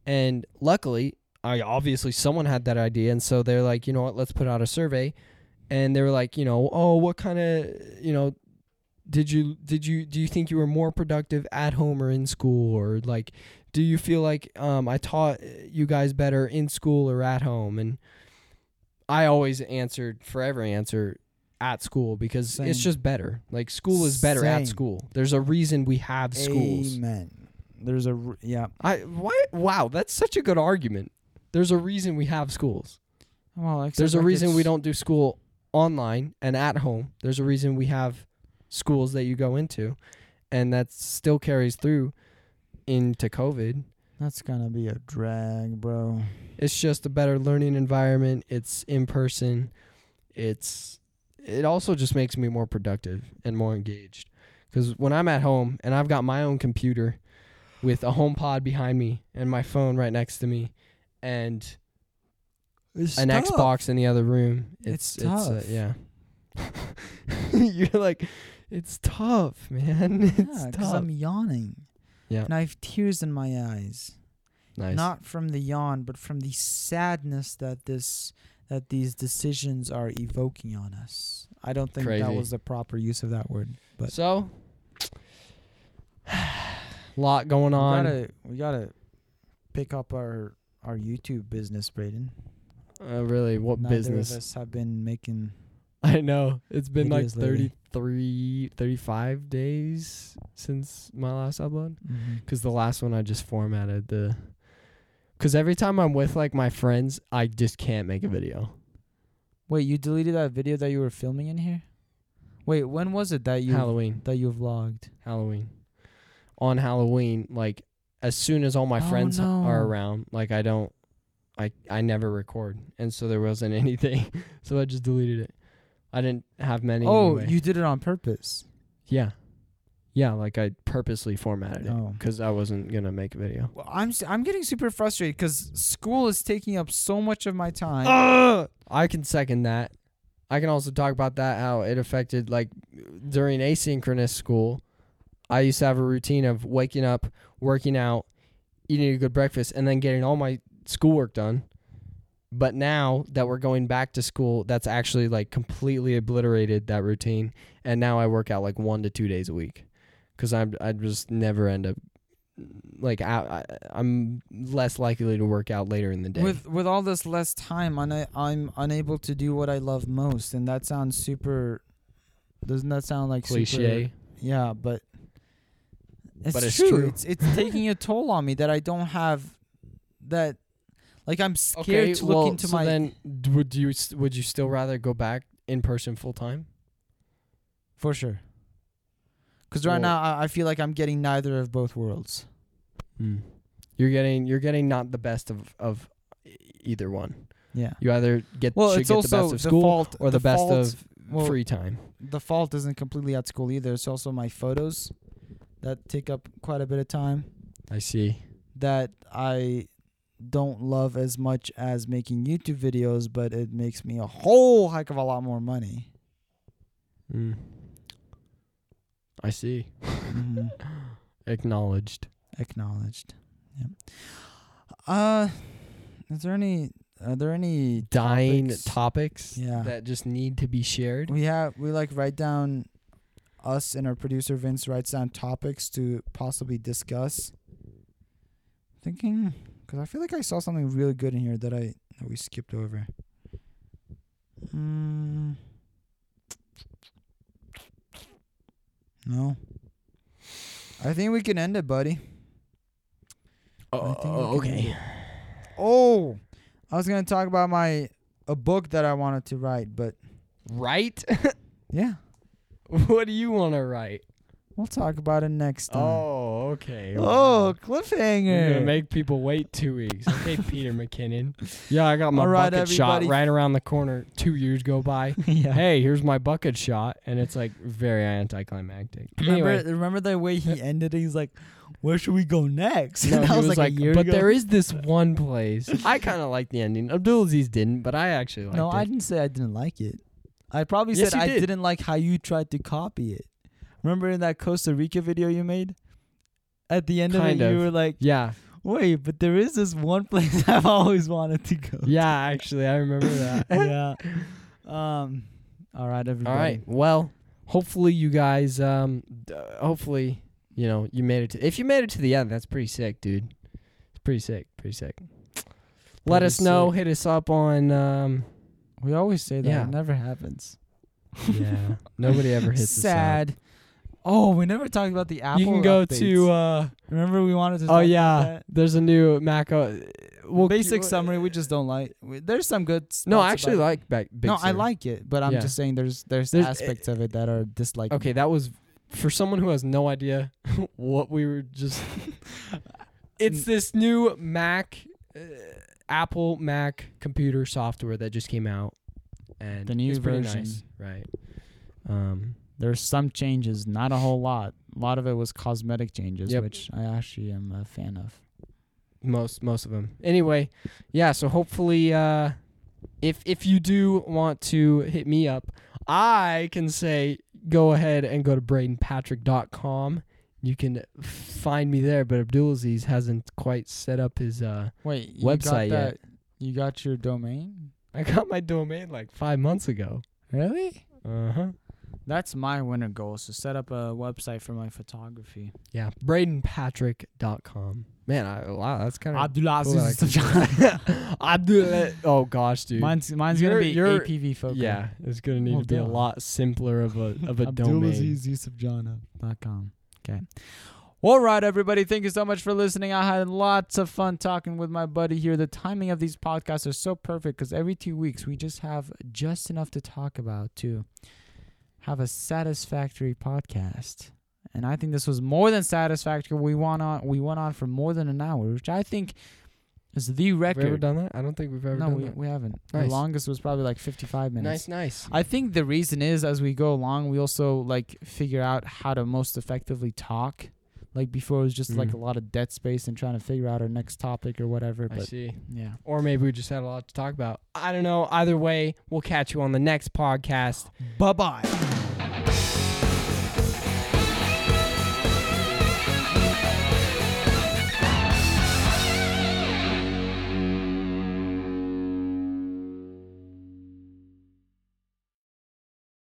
A: and luckily i obviously someone had that idea and so they're like you know what let's put out a survey and they were like you know oh what kind of you know did you did you do you think you were more productive at home or in school or like do you feel like um, I taught you guys better in school or at home? And I always answered forever answer at school because it's
B: Same.
A: just better. Like school is better
B: Same.
A: at school. There's a reason we have schools.
B: amen there's a r- yeah
A: I why, wow, that's such a good argument. There's a reason we have schools.
B: well except
A: There's a
B: like
A: reason we
B: it's-
A: don't do school online and at home. There's a reason we have schools that you go into, and that still carries through into COVID.
B: that's gonna be a drag bro
A: it's just a better learning environment it's in person it's it also just makes me more productive and more engaged because when i'm at home and i've got my own computer with a home pod behind me and my phone right next to me and
B: it's
A: an
B: tough.
A: xbox in the other room
B: It's
A: it's it's, uh,
B: tough.
A: yeah you're like it's tough man it's
B: yeah, because
A: tough
B: i'm yawning
A: Yeah.
B: and i have tears in my eyes
A: nice
B: not from the yawn but from the sadness that this that these decisions are evoking on us i don't think that
A: Crazy.
B: was the proper use of that word but
A: so lot going on
B: we gotta we gotta pick up our our youtube business braden
A: uh, really what
B: Neither
A: business
B: of us have been making
A: I know. It's been like
B: Videos lately.
A: 33, 35 days since my last upload.
B: mhm.
A: Because the last one I just formatted the. Because every time I'm with like my friends, I just can't make a video.
B: wait you deleted that video that you were filming in here wait when was it that you
A: Halloween.
B: that you vlogged
A: Halloween. On Halloween, like as soon as all my
B: Oh,
A: friends are
B: no.
A: around, like I don't. I, I never record, and so there wasn't anything, so I just deleted it. I didn't have many.
B: oh
A: anyway.
B: you did it on purpose
A: Yeah. Yeah, like I purposely formatted it
B: Oh.
A: because I wasn't gonna make a video.
B: well, I'm s- I'm getting super frustrated because school is taking up so much of my time.
A: Oh, I can second that. I can also talk about that how it affected like during asynchronous school. I used to have a routine of waking up, working out, eating a good breakfast, and then getting all my schoolwork done. But now that we're going back to school, that's actually like completely obliterated that routine, and now I work out like one to two days a week, because I'm I just never end up like I, I I'm less likely to work out later in the day.
B: With with all this less time, I I'm unable to do what I love most, and that sounds super. Doesn't that sound like super-
A: cliche.
B: yeah, but it's,
A: But it's
B: true.
A: true.
B: It's it's taking a toll on me that I don't have that. Like I'm scared to look into
A: so
B: my.
A: then d- would you s- would you still rather go back in person full time?
B: for sure. Because right
A: Well-
B: now I, I feel like I'm getting neither of both worlds.
A: Hmm. You're getting you're getting not the best of of e- either one.
B: Yeah.
A: You either get
B: Well,
A: should
B: it's
A: get
B: also
A: the best of school
B: fault
A: or the, best
B: fault-
A: of
B: well,
A: free time.
B: the fault isn't completely at school either. It's also my photos that take up quite a bit of time.
A: I see.
B: that I don't love as much as making YouTube videos, but it makes me a whole heck of a lot more money.
A: Mm. I see.
B: Mhm.
A: Acknowledged.
B: Acknowledged. Yep. Uh, is there any? Are there any?
A: Dying
B: Topics.
A: topics,
B: Yeah.
A: that just need to be shared.
B: We have we like write down. Us and our producer Vince writes down topics to possibly discuss. Thinking, because I feel like I saw something really good in here that I that we skipped over. Mm. No. I think we can end it, buddy. I think we
A: Oh,
B: can end
A: okay.
B: Oh, I was gonna talk about my a book that I wanted to write, but
A: Right?
B: yeah,
A: what do you want to write?
B: We'll talk about it next time.
A: Oh, okay.
B: Oh,
A: You're gonna
B: cliffhanger.
A: make people wait two weeks. Okay, Peter McKinnon. Yeah, I got my
B: All right,
A: bucket shot
B: everybody.
A: right around the corner. Two years go by.
B: yeah.
A: Hey, here's my bucket shot, and it's like very anticlimactic.
B: Remember,
A: Anyway,
B: remember the way he ended it? He's like, "Where should we go next?"
A: no,
B: And
A: he was like,
B: "A year
A: but
B: ago."
A: there is this one place. I kind of like the ending. Abdulaziz didn't, but I actually liked
B: no, I
A: it.
B: didn't say I didn't like it. I probably
A: Yes,
B: said
A: you
B: I
A: did.
B: did. not like how you tried to copy it. Remember in that Costa Rica video you made? At the end
A: Kind
B: of it,
A: of.
B: you were like,
A: yeah,
B: "Wait, but there is this one place I've always wanted to go." to."
A: yeah. Actually, I remember that.
B: yeah. Um. All right, everybody.
A: All right. Well, hopefully you guys. Um, d- uh, hopefully you know you made it to. If you made it to the end, that's pretty sick, dude. It's pretty sick. Pretty sick. Let
B: Pretty
A: us know.
B: sick.
A: Hit us up on. Um,
B: We always say that.
A: Yeah.
B: It never happens.
A: yeah. Nobody ever hits
B: Sad. Oh, we never talked about the
A: Us up.
B: Apple.
A: You can go
B: updates.
A: to. Uh,
B: Remember, we wanted to.
A: oh
B: talk about
A: yeah,
B: that?
A: there's a new Mac. O- well,
B: Basic
A: you- uh,
B: summary. We just don't like. we- There's some good.
A: No, I
B: spots
A: actually
B: about it.
A: like back. Big
B: No, I
A: Sur.
B: like it, but I'm
A: Yeah.
B: just saying there's there's,
A: There's- eh,
B: aspects of it that are disliked.
A: Okay, that was for someone who has no idea what we were just. it's this new Mac, uh, Apple Mac computer software that just came out, and
B: The new
A: it's pretty
B: version.
A: nice, right? Um,
B: There's some changes, not a whole lot. A lot of it was cosmetic changes,
A: Yep.
B: which I actually am a fan of.
A: most most of them. Anyway, yeah. So hopefully, uh, if if you do want to hit me up, I can say go ahead and go to bradenpatrick.com. You can find me there, but Abdulaziz hasn't quite set up his. Uh,
B: Wait, you
A: Website yet.
B: got that, You got your domain?
A: I got my domain like five months ago.
B: Really?
A: Uh huh.
B: That's my winter goal: is to set up a website for my photography.
A: Yeah, bradenpatrick.com. Man, I, wow, that's kind of
B: Abdulaziz
A: Abdul. Oh gosh, dude.
B: Mine's mine's
A: You're-
B: gonna be
A: you're-
B: APV focus.
A: yeah, it's gonna need
B: Well
A: to be a
B: done.
A: lot simpler of a of a domain.
B: abdulazizusufjana.com. Okay. All right, everybody. Thank you so much for listening. I had lots of fun talking with my buddy here. The timing of these podcasts are so perfect because every two weeks we just have just enough to talk about to have a satisfactory podcast. And I think this was more than satisfactory. We went on. We went on for more than an hour, which I think is the
A: Have we ever
B: record.
A: done that? I don't think we've ever
B: no,
A: done
B: we,
A: that.
B: we haven't. The
A: Nice.
B: longest was probably like fifty-five minutes.
A: Nice, nice.
B: I think the reason is as we go along, we also like figure out how to most effectively talk. Like before, it was just like
A: Mhm.
B: a lot of dead space and trying to figure out our next topic or whatever.
A: I
B: But
A: see.
B: yeah,
A: Or maybe we just had a lot to talk about. I don't know. Either way, we'll catch you on the next podcast.
B: bye bye.